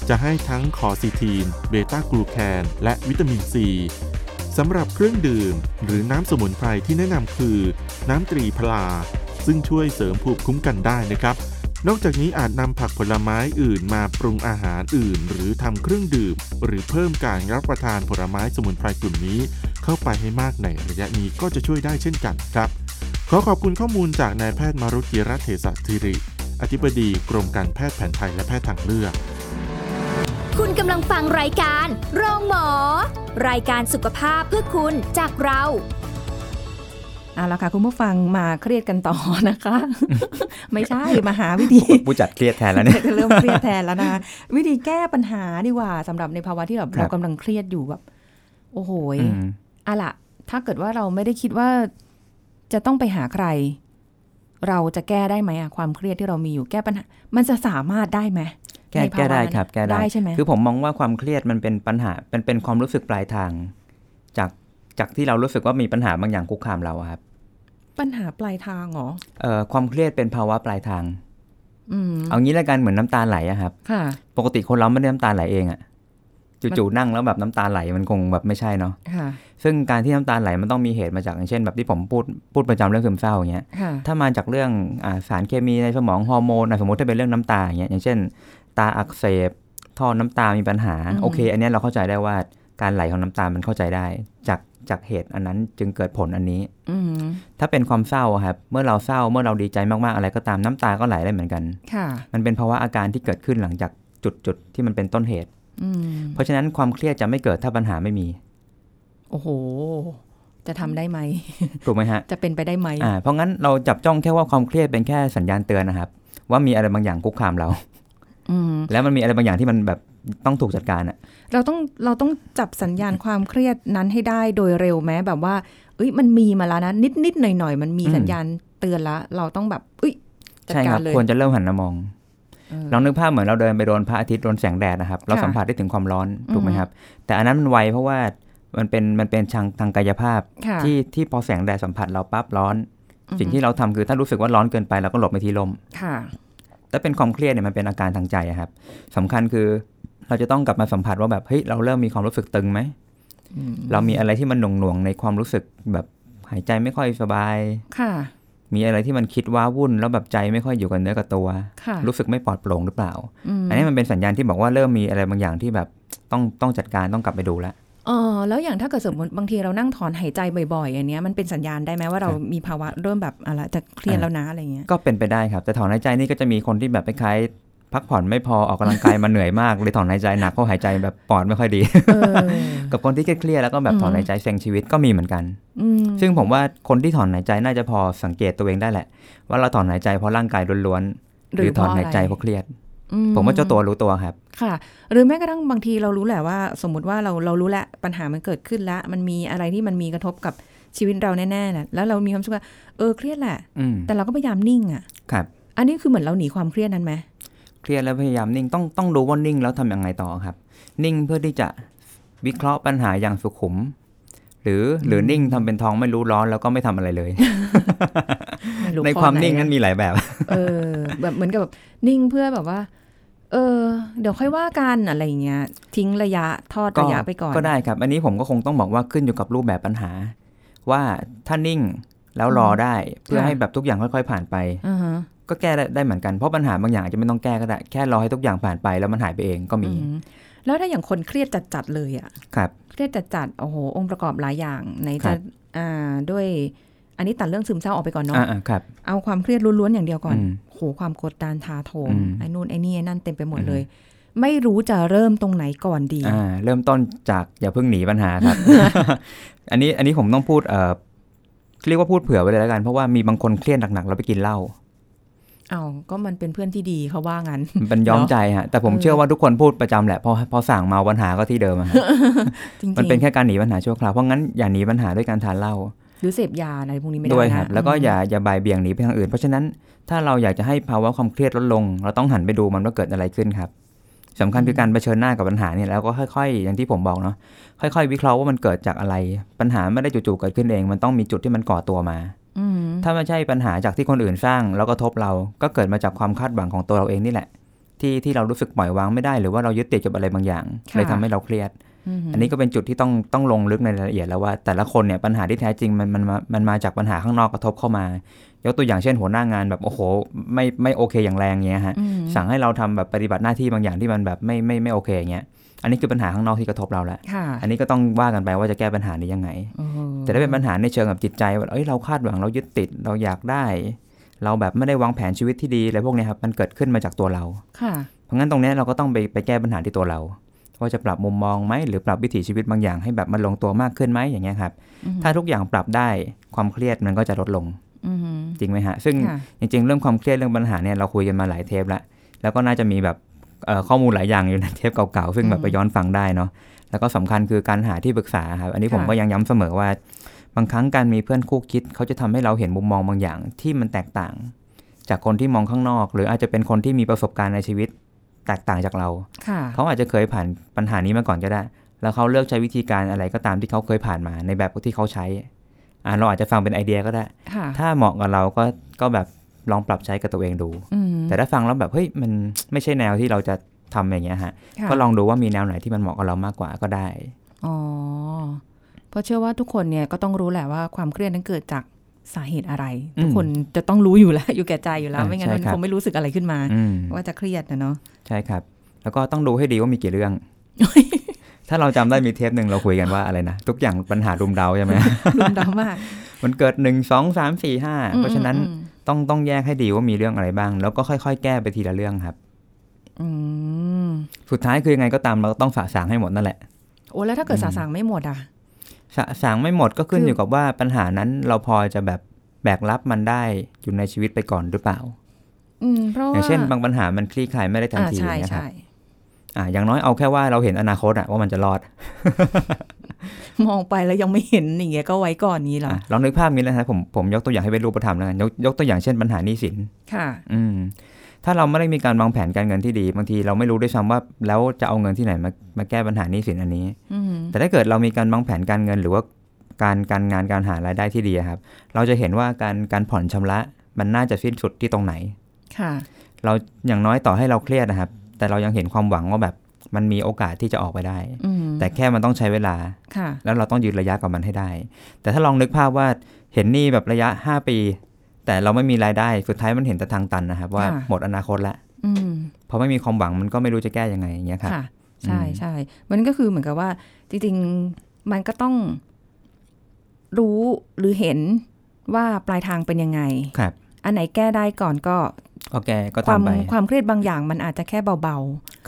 [SPEAKER 4] จะให้ทั้งคอซีทีน เบต้ากลูแคน และวิตามินซี สำหรับเครื่องดื่ม หรือน้ำสมุนไพรที่แนะนำคือ น้ำตรีพลา ซึ่งช่วยเสริมภูมิคุ้มกันได้นะครับ นอกจากนี้อาจนำผักผลไม้อื่นมาปรุงอาหารอื่น หรือทำเครื่องดื่ม หรือเพิ่มการรับประทานผลไม้สมุนไพรกลุ่มนี้ เข้าไปให้มากในระยะนี้ก็จะช่วยได้เช่นกันครับ ขอขอบคุณข้อมูลจากนายแพทย์มารุตจิรัตน์เทศธิริ อธิบดีกรมการแพทย์แผนไทยและแพทย์ทางเลือก
[SPEAKER 3] คุณกำลังฟังรายการ โรงหมอ รายการสุขภาพเพื่อคุณจากเรา
[SPEAKER 1] เอาละค่ะ คุณผู้ฟังมาเครียดกันต่อนะคะ ไม่ใช่ มาหาวิธี
[SPEAKER 2] ผู้จัดเครียดแทนแล้วเนี่ย
[SPEAKER 1] เริ่มเครียดแทนแล้วนะ วิธีแก้ปัญหาดีกว่าสำหรับในภาวะที่แบบ
[SPEAKER 2] ครั
[SPEAKER 1] เรา
[SPEAKER 2] บ
[SPEAKER 1] กำลังเครียดอยู่แบบ โอ้โหย
[SPEAKER 2] อืม
[SPEAKER 1] อะล่ะ ถ้าเกิดว่าเราไม่ได้คิดว่าจะต้องไปหาใคร เราจะแก้ได้ไหมอะความเครียดที่เรามีอยู่แก้ปัญหา มันจะสามารถได้ไหม
[SPEAKER 2] แก้
[SPEAKER 1] ในภาวะ
[SPEAKER 2] แก้ได้ครับแก้ได้
[SPEAKER 1] ได้ใช่ไหม
[SPEAKER 2] คือผมมองว่าความเครียดมันเป็นปัญหาเป็นเป็นความรู้สึกปลายทาง จากจากที่เรารู้สึกว่ามีปัญหาบางอย่างคุกคามเราอะครับ
[SPEAKER 1] ปัญหาปลายทางเหรอ
[SPEAKER 2] เอ่อความเครียดเป็นภาวะปลายทาง
[SPEAKER 1] อืม
[SPEAKER 2] เอางี้ละกันเหมือนน้ำตาไหลอะครับ
[SPEAKER 1] ค่ะ
[SPEAKER 2] ปกติคนเราไม่ได้น้ำตาไหลเองอะจู่ๆนั่งแล้วแบบน้ำตาไหลมันคงแบบไม่ใช่เนาะ
[SPEAKER 1] ค่ะ
[SPEAKER 2] ซึ่งการที่น้ำตาไหลมันต้องมีเหตุมาจากอย่างเช่น แบบที่ผมพูดพูดประจำเรื่องซึมเศร้าอย่างเงี้ย
[SPEAKER 1] ค่ะ
[SPEAKER 2] ถ้ามาจากเรื่องอาสารเคมีในสมองฮอร์โมนอ่ะสมมติถ้าเป็นเรื่องน้ำตาอย่างเงี้ยอย่างเช่น ตาอักเสบ ท่อน้ำตามีปัญหา
[SPEAKER 1] อืม
[SPEAKER 2] โอเค อันเนี้ยเราเข้าใจได้ว่าการไหลของน้ำตามันเข้าใจได้ จากจากเหตุอันนั้นจึงเกิดผลอันนี้
[SPEAKER 1] อืม
[SPEAKER 2] ถ้าเป็นความเศร้าอะครับเมื่อเราเศร้าเมื่อเราดีใจมากๆอะไรก็ตามน้ำตาก็ไหลได้เหมือนกัน
[SPEAKER 1] ค่ะ
[SPEAKER 2] มันเป็นภาวะอาการที่เกิดขึ้นหลังจากจุดจุดที่มันเป็นต้นเหตุ
[SPEAKER 1] อืม
[SPEAKER 2] เพราะฉะนั้นความเครียดจะไม่เกิดถ้าปัญหาไม่มี
[SPEAKER 1] โอ้โห จะทำได้ไหม
[SPEAKER 2] ถูกไหมฮะ
[SPEAKER 1] จะเป็นไปได้ไหม
[SPEAKER 2] อ่าเพราะงั้นเราจับจ้องแค่ว่าความเครียดเป็นแค่สัญญาณเตือนนะครับว่ามีอะไรบางอย่างคุกคามเรา
[SPEAKER 1] อืม
[SPEAKER 2] แล้วมันมีอะไรบางอย่างที่มันแบบต้องถูกจัดการอะ
[SPEAKER 1] เราต้องเราต้องจับสัญญาณความเครียดนั้นให้ได้โดยเร็วแม้แบบว่า เอ้ยมันมีมาแล้วนะนิดนิดหน่อยหน่อยๆ มันมีสัญญาณเตือนละเราต้องแบบเอ้ยจัด
[SPEAKER 2] ใช่ค
[SPEAKER 1] การ
[SPEAKER 2] รับ
[SPEAKER 1] เลย
[SPEAKER 2] ควรจะเริ่มหันมามอง
[SPEAKER 1] เออ
[SPEAKER 2] ลองนึกภาพเหมือนเราเดินไปโดนพระอาทิตย์โดนแสงแดดนะครับ เรา
[SPEAKER 1] ค่ะ
[SPEAKER 2] สัมผัสได้ถึงความร้อนถูกไหม
[SPEAKER 1] อืม
[SPEAKER 2] ครับ แต่อันนั้นมันไวเพราะว่ามันเป็นมันเป็นทางทางกายภาพ
[SPEAKER 1] ค่ะ
[SPEAKER 2] ที่ที่พอแสงแดดสัมผัสเราปั๊บร้อน
[SPEAKER 1] อือฮึ
[SPEAKER 2] สิ่งที่เราทำคือถ้ารู้สึกว่าร้อนเกินไปเราก็หลบไปที่ลม
[SPEAKER 1] ค่ะ
[SPEAKER 2] แต่เป็นความเครียดเนี่ยมันเป็นอาการทางใจอะครับสำคัญคือเราจะต้องกลับมาสัมผัสว่าแบบเฮ้ยเราเริ่มมีความรู้สึกตึงไหม
[SPEAKER 1] อืม
[SPEAKER 2] เรามีอะไรที่มันหน่วงๆในความรู้สึกแบบหายใจไม่ค่อยสบาย
[SPEAKER 1] ค่ะ
[SPEAKER 2] มีอะไรที่มันคิดว้าวุ่นแล้วแบบใจไม่ค่อยอยู่กับเนื้อกับตัว
[SPEAKER 1] ค่ะ
[SPEAKER 2] รู้สึกไม่ปลอดโปร่งหรือเปล่า
[SPEAKER 1] ม
[SPEAKER 2] อันนี้มันเป็นสัญญาณที่บอกว่าเริ่มมีอะไรบางอย่างที่แบบต้องต้องจัดการต้องกลับไปดูแล้ว
[SPEAKER 1] เออแล้วอย่างถ้าเกิดสมมติบางทีเรานั่งถอนหายใจบ่อยๆอันเนี้ยมันเป็นสัญญาณได้ไหมว่าเรา
[SPEAKER 2] ครับ
[SPEAKER 1] มีภาวะเริ่มแบบอะไรจะเครียดแล้วนะอะไร เงี้ย
[SPEAKER 2] ก็เป็นไปได้ครับ แต่ถอนหายใจนี่ก็จะมีคนที่แบบคล้ายๆพักผ่อนไม่พอออกกำลังกายมาเหนื่อยมากเลยถอนหายใจหนักเพราะหายใจแบบ ปอดไม่ค่อยดี
[SPEAKER 1] เออ
[SPEAKER 2] กับคนที่เครียดๆแล้วก็แบบ
[SPEAKER 1] อืม
[SPEAKER 2] ถอนหายใจเซ็งชีวิตก็มีเหมือนกัน
[SPEAKER 1] อืม
[SPEAKER 2] ซึ่งผมว่าคนที่ถอนหายใจน่าจะพอสังเกตตัวเองได้แหละ ว่าเราถอนหายใจเพราะร่างกายล้วนๆหรือถอนหายใจเพราะเครียด
[SPEAKER 1] อื
[SPEAKER 2] ผมว่าเจ้าตัวรู้ตัวครับ
[SPEAKER 1] ค่ะ หรือแม้กระทั่งบางทีเรารู้แหละว่า สมมติว่าเราเรารู้แหละปัญหามันเกิดขึ้นแล้ว มันมีอะไรที่มันมีกระทบกับชีวิตเราแน่ๆแหละแล้วเรามีความรู้สึกว่าเออเครียดแหละ
[SPEAKER 2] อืม
[SPEAKER 1] แต่เราก็พยายามนิ่งอะ่ะ
[SPEAKER 2] ครับ
[SPEAKER 1] อันนี้คือเหมือนเราหนีความเครียดนั้นไหม
[SPEAKER 2] เครียดแล้วพยายามนิ่งต้องต้องรู้ว่านิ่งแล้วทำยังไงต่อครับ นิ่งเพื่อที่จะวิเคราะห์ปัญหาอย่างสุขุม หรือหรือนิ่งทำเป็นทองไม่รู้ร้อนแล้วก็ไม่ทำอะไรเลย
[SPEAKER 1] ไม่รู้
[SPEAKER 2] ใน
[SPEAKER 1] ข้อ
[SPEAKER 2] ความนิ่ง
[SPEAKER 1] ไหะ
[SPEAKER 2] นั้นมีหลายแบบ
[SPEAKER 1] เออ แบบเหมือนกับแบบนิ่งเพื่อแบบว่า เออ เดี๋ยวค่อยว่ากันอะไรอย่างเงี้ย ทิ้งระยะทอดระยะไปก่อน
[SPEAKER 2] ก็ได้ครับ อันนี้ผมก็คงต้องบอกว่าขึ้นอยู่กับรูปแบบปัญหา ว่าถ้านิ่งแล้วรอได้ เพื่อ
[SPEAKER 1] ค่ะ
[SPEAKER 2] ให้แบบทุกอย่างค่อย ๆ ผ่านไป
[SPEAKER 1] อ่าฮะ
[SPEAKER 2] ก็แก้ได้ได้เหมือนกันเพราะปัญหาบางอย่างอาจจะไม่ต้องแก้ก็ได้ แค่รอให้ทุกอย่างผ่านไปแล้วมันหายไปเองก็มี
[SPEAKER 1] อืม แล้วถ้าอย่างคนเครียดจัดๆเลยอะ
[SPEAKER 2] ครับ
[SPEAKER 1] เครียดจัดๆโอ้โหองค์ประกอบหลายอย่างไหน
[SPEAKER 2] ครั
[SPEAKER 1] จะ
[SPEAKER 2] บ
[SPEAKER 1] อ่าด้วย อันนี้ตัดเรื่องซึมเศร้าออกไปก่อนเนาะ
[SPEAKER 2] อ่าๆครับ
[SPEAKER 1] เอาความเครียดล้วนๆอย่างเดียวก่อน
[SPEAKER 2] อืม
[SPEAKER 1] โหความกดดันทาโถม
[SPEAKER 2] อืม
[SPEAKER 1] ไอ้นู่นไอ้นี่ไอ้นั่นเต็มไปหมด
[SPEAKER 2] อืม
[SPEAKER 1] เลย ไม่รู้จะเริ่มตรงไหนก่อนดี
[SPEAKER 2] อ่าเริ่มต้นจากอย่าเพิ่งหนีปัญหา ครับ อันนี้อันนี้ผมต้องพูดเอ่อเรียกว่าพูดเผื่อไว้เลยแล้วกัน เพราะว่ามีบางคนเครียดหนักๆแล้วไปกินเหล้า
[SPEAKER 1] เอาก็มันเป็นเพื่อนที่ดีเขาว่างั้น
[SPEAKER 2] มันเป็นย้อมใจฮะแต่ผม
[SPEAKER 1] เออ
[SPEAKER 2] เชื่อว่าทุกคนพูดประจำแหละพอพอสั่งเมาปัญหาก็ที่เดิมอะฮะ
[SPEAKER 1] จริงๆ
[SPEAKER 2] มันเป็นแค่การหนีปัญหาชั่วคราวเพราะงั้นอย่าหนีปัญหาด้วยการทานเหล้า
[SPEAKER 1] หรือเสพยาอะไรพวกนี้ไม่ได้
[SPEAKER 2] ด้วย
[SPEAKER 1] นะครับ
[SPEAKER 2] แล้วก็อย่าอย่าบ่ายเบี่ยงหนีไปทางอื่น เพราะฉะนั้นถ้าเราอยากจะให้ภาวะความเครียดลดลง เราต้องหันไปดูมันว่าเกิดอะไรขึ้นครับสำคัญคือการเผชิญหน้ากับปัญหาเนี่ยแล้วก็ค่อยๆ อย่างที่ผมบอกเนาะค่อยๆ วิเคราะห์ว่ามันเกิดจากอะไร ปัญหาไม่ได้จู่ๆเกิดขึ้นเอง มันต้องมีจุดที่มันก่อตัวมา
[SPEAKER 1] อืม
[SPEAKER 2] ถ้าไม่ใช่ปัญหาจากที่คนอื่นสร้าง แล้วก็ทบเราก็เกิดมาจากความคาดหวังของตัวเราเองนี่แหละ ที่ที่เรารู้สึกปล่อยวางไม่ได้หรือว่าเรายึดติดกับอะไรบางอย่างเลยทำให้เราเครียด
[SPEAKER 1] อืม
[SPEAKER 2] อันนี้ก็เป็นจุดที่ต้องต้องลงลึกในรายละเอียดแล้วว่า แต่ละคนเนี่ยปัญหาที่แท้จริงมันมันมามันมาจากปัญหาข้างนอกกระทบเข้ามา ยกตัวอย่างเช่นหัวหน้างานแบบโอ้โห ไม่ไม่โอเคอย่างแรงเงี้ยฮะ
[SPEAKER 1] อืม
[SPEAKER 2] สั่งให้เราทำแบบปฏิบัติหน้าที่บางอย่างที่มันแบบไม่ไม่ไม่โอเคอย่างเงี้ยอันนี้คือปัญหาข้างนอกที่กระทบเราละ
[SPEAKER 1] ค่ะ
[SPEAKER 2] อันนี้ก็ต้องว่ากันไปว่าจะแก้ปัญหานี้ยังไง
[SPEAKER 1] โอ้โห
[SPEAKER 2] แต่ถ้าเป็นปัญหาในเชิงกับจิตใจว่าเอ้ยเราคาดหวังเรายึดติดเราอยากได้ เราแบบไม่ได้วางแผนชีวิตที่ดีอะไรพวกเนี้ยครับมันเกิดขึ้นมาจากตัวเรา
[SPEAKER 1] ค่ะ
[SPEAKER 2] เพราะงั้นตรงเนี้ยเราก็ต้องไปไปแก้ปัญหาที่ตัวเรา ว่าจะปรับมุมมองไหมหรือปรับวิถีชีวิตบางอย่างให้แบบมันลงตัวมากขึ้นไหมอย่างเงี้ยครับ
[SPEAKER 1] อือฮึ
[SPEAKER 2] ถ้าทุกอย่างปรับได้ความเครียดมันก็จะลดลง
[SPEAKER 1] อืม
[SPEAKER 2] จริงไหมฮะซึ่ง
[SPEAKER 1] ค่ะ
[SPEAKER 2] จริงๆเรื่องความเครียดเรื่องปัญหาเนี่ยเราคุยกันมาหลายเทปละแล้วก็น่าจะมีแบบเอ่อข้อมูลหลายอย่างอยู่ในเทปเก่าๆซึ่งแบบไปย้อนฟังได้เนาะแล้วก็สำคัญคือการหาที่ปรึกษาครับอันนี้ผม
[SPEAKER 1] ค่ะ
[SPEAKER 2] ก็ยังย้ำเสมอว่า บางครั้งการมีเพื่อนคู่คิดเขาจะทำให้เราเห็นมุมมองบางอย่างที่มันแตกต่าง จากคนที่มองข้างนอก หรืออาจจะเป็นคนที่มีประสบการณ์ในชีวิตแตกต่างจากเรา
[SPEAKER 1] ค่ะ
[SPEAKER 2] เขาอาจจะเคยผ่านปัญหานี้มาก่อนก็ได้ แล้วเขาเลือกใช้วิธีการอะไรก็ตามที่เขาเคยผ่านมาในแบบที่เขาใช้อ่ะเราอาจจะฟังเป็นไอเดียก็ได้
[SPEAKER 1] ค่ะ
[SPEAKER 2] ถ้าเหมาะกับเราก็ก็แบบลองปรับใช้กับตัวเองดู
[SPEAKER 1] อืม
[SPEAKER 2] แต่ถ้าฟังแล้วแบบเฮ้ยมัน ไม่ใช่แนวที่เราจะทำอย่างเงี้ยฮะ
[SPEAKER 1] ค่ะ
[SPEAKER 2] ก็ลองดูว่ามีแนวไหนที่มันเหมาะกับเรามากกว่าก็ได้
[SPEAKER 1] อ๋อเพราะเชื่อว่าทุกคนเนี่ยก็ต้องรู้แหละว่าความเครียดนั้นเกิดจากสาเหตุอะไร
[SPEAKER 2] อืม
[SPEAKER 1] ทุกคนจะต้องรู้อยู่แล้ว อยู่แก่ใจอยู่แล้ว
[SPEAKER 2] อ่า
[SPEAKER 1] ไม่งั้น
[SPEAKER 2] ใช่
[SPEAKER 1] มัน
[SPEAKER 2] ครับ
[SPEAKER 1] คงไม่รู้สึกอะไรขึ้นมา
[SPEAKER 2] อืม
[SPEAKER 1] ว่าจะเครียดนะเนาะ
[SPEAKER 2] ใช่ครับ แล้วก็ต้องดูให้ดีว่ามีกี่เรื่อง ถ้าเราจำได้มีเทปหนึ่งเราคุยกันว่าอะไรนะทุกอย่างปัญหารุมเราใช่ไหม
[SPEAKER 1] รุมเร้ามาก
[SPEAKER 2] มันเกิดหนึ่งสองสามสี่ห้าเพราะฉะนั้น
[SPEAKER 1] อืม
[SPEAKER 2] ต้องต้องแยกให้ดีว่ามีเรื่องอะไรบ้าง แล้วก็ค่อยๆ แก้ไปทีละเรื่องครับ
[SPEAKER 1] อืม
[SPEAKER 2] สุดท้ายคือยังไงก็ตามเราต้องสะสางให้หมดนั่นแหละ
[SPEAKER 1] โอ้แล้วถ้าเกิดสาสางไม่หมดอ่ะ
[SPEAKER 2] สะสางไม่หมดก็ขึ้น
[SPEAKER 1] คือ
[SPEAKER 2] อ
[SPEAKER 1] อ
[SPEAKER 2] ยู่กับว่าปัญหานั้นเราพอจะแบบแบกรับมันได้อยู่ในชีวิตไปก่อนหรือเปล่า
[SPEAKER 1] อืมเพราะ
[SPEAKER 2] อ
[SPEAKER 1] ว่า
[SPEAKER 2] ย่างเช่นบางปัญหามันคลี่คลายไม่ได้ทัน
[SPEAKER 1] อ่า
[SPEAKER 2] ที
[SPEAKER 1] ใช่
[SPEAKER 2] นะครับ
[SPEAKER 1] ใช่
[SPEAKER 2] อ่าอย่างน้อยเอาแค่ว่าเราเห็นอนาคตอะว่ามันจะรอด
[SPEAKER 1] มองไปแล้วยังไม่เห็นอย่างเงี้ยก็ไว้ก่อนนี้เหรอ
[SPEAKER 2] อะลองนึกภาพนี้นะครับผมผมยกตัวอย่างให้เป็นรูปธรรมแล้วกันยกยกตัวอย่างเช่นปัญหาหนี้สิน
[SPEAKER 1] ค่ะ
[SPEAKER 2] อืมถ้าเราไม่ได้มีการวางแผนการเงินที่ดี บางทีเราไม่รู้ด้วยซ้ำว่าแล้วจะเอาเงินที่ไหนมามาแก้ปัญหาหนี้สินอันนี้
[SPEAKER 1] อืม
[SPEAKER 2] แต่ถ้าเกิดเรามีการวางแผนการเงินหรือว่าการการงานการหารายได้ที่ดีอะครับ เราจะเห็นว่าการการผ่อนชำระมันน่าจะสิ้นสุดที่ตรงไหน
[SPEAKER 1] ค่ะ
[SPEAKER 2] เราอย่างน้อยต่อให้เราเครียดนะครับ แต่เรายังเห็นความหวังว่าแบบมันมีโอกาสที่จะออกไปได้
[SPEAKER 1] อืม
[SPEAKER 2] แต่แค่มันต้องใช้เวลา
[SPEAKER 1] ค่ะ
[SPEAKER 2] แล้วเราต้องยืนระยะกับมันให้ได้ แต่ถ้าลองนึกภาพว่าเห็นหนี่แบบระยะ 5 ปี แต่เราไม่มีรายได้สุดท้ายมันเห็นแต่ทางตันนะครับ ว่า
[SPEAKER 1] ค่ะ
[SPEAKER 2] หมดอนาคตแล้ว
[SPEAKER 1] อืม
[SPEAKER 2] พอไม่มีความหวังมันก็ไม่รู้จะแก้ยังไงอย่างเงี้ยครับ
[SPEAKER 1] ค่ะ ใช่
[SPEAKER 2] อืม
[SPEAKER 1] ใช่มันก็คือเหมือนกับว่า จริงๆ มันก็ต้องรู้หรือเห็นว่าปลายทางเป็นยังไง
[SPEAKER 2] ครับ
[SPEAKER 1] อันไหนแก้ได้ก่อนก็
[SPEAKER 2] โอเคก็
[SPEAKER 1] ความ
[SPEAKER 2] ทำไป
[SPEAKER 1] ความเครียดบางอย่าง มันอาจจะแค่เบา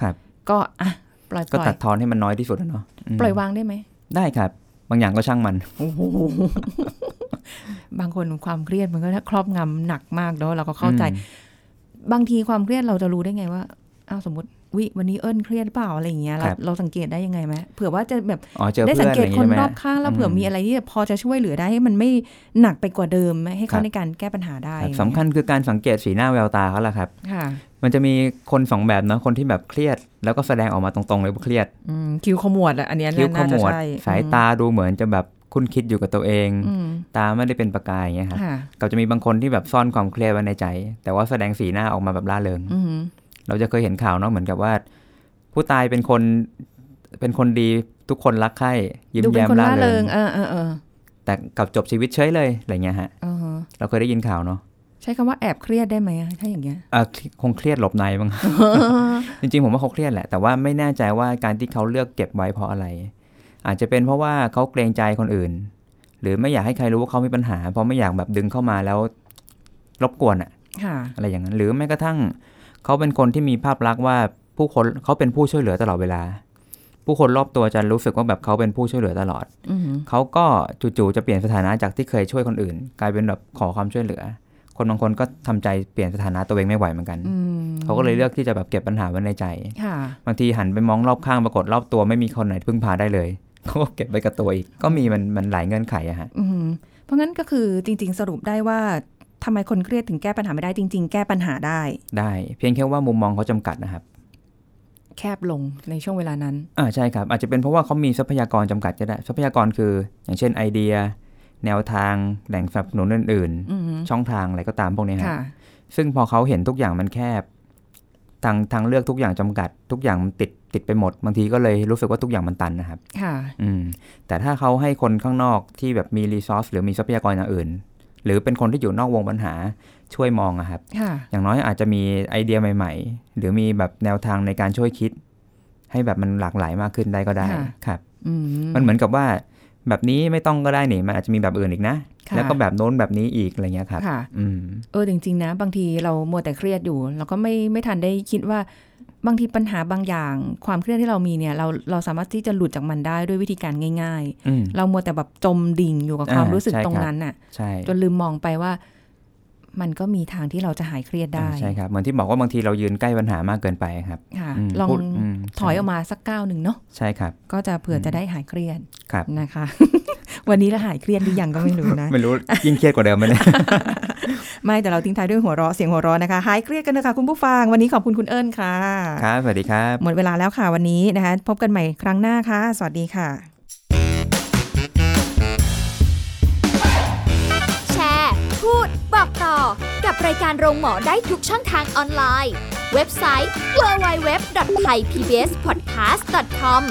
[SPEAKER 2] ครับ
[SPEAKER 1] ๆ ก็อ่ะปล่อยป
[SPEAKER 2] ก็
[SPEAKER 1] ล่อ
[SPEAKER 2] ตั
[SPEAKER 1] ย
[SPEAKER 2] ดทอนให้มันน้อยที่สุดอะเนาะม
[SPEAKER 1] ปล่อยวางได้ไหม
[SPEAKER 2] ได้ครับ บางอย่างก็ช่างมัน
[SPEAKER 1] โอ้โห บางคนความเครียดมันก็ครอบงำหนักมากเนาะเราก็เข้าใจ บางทีความเครียดเราจะรู้ได้ไงว่าอ้าวสมมติวิวันนี้เอิญเครียดเปล่าอะไรอย่างเงี้ยเรา
[SPEAKER 2] ครับ
[SPEAKER 1] เราสังเกตได้ยังไงไหมเผื่อว่าจะแบบ
[SPEAKER 2] อ๋อเจอ
[SPEAKER 1] ได้
[SPEAKER 2] เพื่
[SPEAKER 1] สั
[SPEAKER 2] อง นอะ
[SPEAKER 1] เก
[SPEAKER 2] ไร
[SPEAKER 1] ต
[SPEAKER 2] อย่าง
[SPEAKER 1] ค
[SPEAKER 2] งี้
[SPEAKER 1] น
[SPEAKER 2] ใช่ไหม
[SPEAKER 1] รอบข้างแล้วเผื่อมีอะไรที่พอจะช่วยเหลือได้ให้มันไม่หนักไปกว่าเดิมให้
[SPEAKER 2] ครั
[SPEAKER 1] เขา
[SPEAKER 2] บ
[SPEAKER 1] ในการแก้ปัญหาได้
[SPEAKER 2] ครับสำคัญคือการสังเกตสีหน้าแววตาเขาแหละครับ
[SPEAKER 1] ค่ะ
[SPEAKER 2] มันจะมีคนสองแบบเนาะคนที่แบบเครียด แล้วก็แสดงออกมาตรงๆเลยว่าเครียด
[SPEAKER 1] อืมคิ้วขมวดอะอันเนี้ย
[SPEAKER 2] คิ้วข
[SPEAKER 1] น่าจะ
[SPEAKER 2] มวด
[SPEAKER 1] ใช่
[SPEAKER 2] สายตาดูเหมือนจะแบบคุ้นคิดอยู่กับตัวเอง
[SPEAKER 1] อืม
[SPEAKER 2] ตาไม่ได้เป็นประกายอย่างเงี้ยครับ
[SPEAKER 1] ค่ะ
[SPEAKER 2] ก็จะมีบางคนที่แบบซ่อนความเครียดไว้ในใจ แต่ว่าแสดงสีหน้าออกมาแบบร่าเริง
[SPEAKER 1] อืม
[SPEAKER 2] เราจะเคยเห็นข่าวเนาะเหมือนกับว่า ผู้ตายเป็นคนเป็นคนดีทุกคนรักใคร่ยิ้ม
[SPEAKER 1] ดูเป็
[SPEAKER 2] แย้
[SPEAKER 1] น
[SPEAKER 2] ม
[SPEAKER 1] คน
[SPEAKER 2] ร่า
[SPEAKER 1] ร่า
[SPEAKER 2] เริ
[SPEAKER 1] เริง
[SPEAKER 2] ง
[SPEAKER 1] เออเออเออ
[SPEAKER 2] แต่กลับจบชีวิตเฉยเลยอะไรเงี้ยฮะ
[SPEAKER 1] เออ
[SPEAKER 2] เราเคยได้ยินข่าวเนาะ
[SPEAKER 1] ใช้คำว่าแอบเครียดได้ไหมอะถ้าอย่างเงี้ย
[SPEAKER 2] อ่ะคงเครียดหลบในบ้าง จริงๆ ผมว่าเขาเครียดแหละ แต่ว่าไม่แน่ใจว่าการที่เขาเลือกเก็บไว้เพราะอะไร อาจจะเป็นเพราะว่าเขาเกรงใจคนอื่น หรือไม่อยากให้ใครรู้ว่าเขามีปัญหา เพราะไม่อยากแบบดึงเข้ามาแล้วรบกวนอะ
[SPEAKER 1] ค่ะ
[SPEAKER 2] อะไรอย่างนั้น หรือแม้กระทั่งเขาเป็นคนที่มีภาพลักษณ์ว่าผู้คนเขาเป็นผู้ช่วยเหลือตลอดเวลา ผู้คนรอบตัวจะรู้สึกว่าแบบเขาเป็นผู้ช่วยเหลือตลอด
[SPEAKER 1] อืม
[SPEAKER 2] เขาก็จู่ๆจะเปลี่ยนสถานะจากที่เคยช่วยคนอื่น กลายเป็นแบบขอความช่วยเหลือ คนบางคนก็ทำใจเปลี่ยนสถานะตัวเองไม่ไหวเหมือนกัน
[SPEAKER 1] อืม
[SPEAKER 2] เขาก็เลยเลือกที่จะแบบเก็บปัญหาไว้ในใจ
[SPEAKER 1] ค่ะ
[SPEAKER 2] บางทีหันไปมองรอบข้างปรากฏรอบตัวไม่มีคนไหนพึ่งพาได้เลย เขาก็เก็บไปกับตัวอีก ก็มีมันมันหลายเงื่อนไขอะฮะ
[SPEAKER 1] อืมเพราะงั้นก็คือจริง ๆ สรุปได้ว่าทำไมคนเครียดถึงแก้ปัญหาไม่ได้จริง ๆ แก้ปัญหาได้
[SPEAKER 2] ได้ เพียงแค่ว่ามุมมองเขาจำกัดนะครับ
[SPEAKER 1] แคบลงในช่วงเวลานั้น
[SPEAKER 2] อ่าใช่ครับ อาจจะเป็นเพราะว่าเขามีทรัพยากรจำกัดก็ได้ ทรัพยากรคือ อย่างเช่นไอเดีย แนวทางแหล่งสนับสนุนอื่น
[SPEAKER 1] อืม
[SPEAKER 2] ๆ ช่องทางอะไรก็ตามพวกนี้ฮะ
[SPEAKER 1] ค่ะ
[SPEAKER 2] ซึ่งพอเขาเห็นทุกอย่างมันแคบ ทางทางเลือกทุกอย่างจำกัด ทุกอย่างมันติดติดไปหมด บางทีก็เลยรู้สึกว่าทุกอย่างมันตันนะครับ
[SPEAKER 1] ค่ะ
[SPEAKER 2] อืมแต่ถ้าเขาให้คนข้างนอกที่แบบมีรีซอสหรือมีทรัพยากรอย่างอื่น หรือเป็นคนที่อยู่นอกวงปัญหาช่วยมองอะครับ
[SPEAKER 1] ค่ะ
[SPEAKER 2] อย่างน้อยอาจจะมีไอเดียใหม่ ๆ หรือมีแบบแนวทางในการช่วยคิด ให้แบบมันหลากหลายมากขึ้นได้ก็ได้
[SPEAKER 1] ค่ะ
[SPEAKER 2] ครับ
[SPEAKER 1] อืม
[SPEAKER 2] มันเหมือนกับว่าแบบนี้ไม่ต้องก็ได้นี่มันอาจจะมีแบบอื่นอีกนะ
[SPEAKER 1] ค่ะ
[SPEAKER 2] แล้วก็แบบโน้นแบบนี้อีกอะไรเงี้ยครับ
[SPEAKER 1] ค่ะ
[SPEAKER 2] อืม
[SPEAKER 1] เออจริงๆนะ บางทีเรามัวแต่เครียดอยู่ เราก็ไม่ไม่ทันได้คิดว่า บางทีปัญหาบางอย่าง ความเครียดที่เรามีเนี่ย เราเราสามารถที่จะหลุดจากมันได้ด้วยวิธีการง่าย
[SPEAKER 2] อืม
[SPEAKER 1] ๆ เรามัวแต่แบบจมดิ่งอยู่กับความ
[SPEAKER 2] อ่า
[SPEAKER 1] รู้สึก
[SPEAKER 2] ใช่
[SPEAKER 1] ตรง
[SPEAKER 2] ครับ
[SPEAKER 1] นั้นน่ะ
[SPEAKER 2] ใช่
[SPEAKER 1] จนลืมมองไปว่า มันก็มีทางที่เราจะหายเครียดได้
[SPEAKER 2] อ่าใช่ครับเหมือนที่บอกว่าบางทีเรายืนใกล้ปัญหามากเกินไปครับ
[SPEAKER 1] ค่ะ
[SPEAKER 2] ม
[SPEAKER 1] ลอง
[SPEAKER 2] พูดม
[SPEAKER 1] ถอย
[SPEAKER 2] ใช่
[SPEAKER 1] ออกมาสักก้าวหนึ่งเนาะ
[SPEAKER 2] ใช่ครับ
[SPEAKER 1] ก็จะเผื่ออ
[SPEAKER 2] ม
[SPEAKER 1] จะได้หายเครียด
[SPEAKER 2] ครับ
[SPEAKER 1] นะคะ วันนี้เราหายเครียดหรือยังก็ไม่รู้ นะ
[SPEAKER 2] ไม่รู้ยิ่งเครียดกว่าเดิมไหมเนี่ย
[SPEAKER 1] ไม่แต่เราทิ้งท้ายด้วยหัวเราะเสียงหัวเราะนะคะหายเครียดกันนะคะคุณผู้ฟังวันนี้ขอบคุณคุณเอิญค่ะ
[SPEAKER 2] ครับ สวัสดีครับ
[SPEAKER 1] หมดเวลาแล้วค่ะวันนี้นะคะ พบกันใหม่ครั้งหน้าค่ะ สวัสดีค่ะ
[SPEAKER 3] แชร์ พูด บอกต่อ กับรายการโรงหมอได้ทุกช่องทางออนไลน์ เว็บไซต์ www.thaipbspodcast.com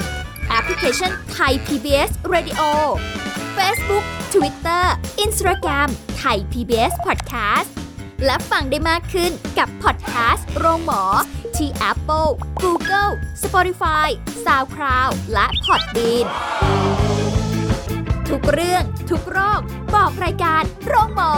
[SPEAKER 3] แอปพลิเคชัน Thai PBS Radio Facebook Twitter Instagram Thai PBS Podcast และฟังได้มากขึ้นกับพอดแคสต์โรงหมอ ที่ Apple, Google, Spotify, SoundCloud และ Podbean ทุกเรื่องทุกโรค บอกรายการโรงหมอ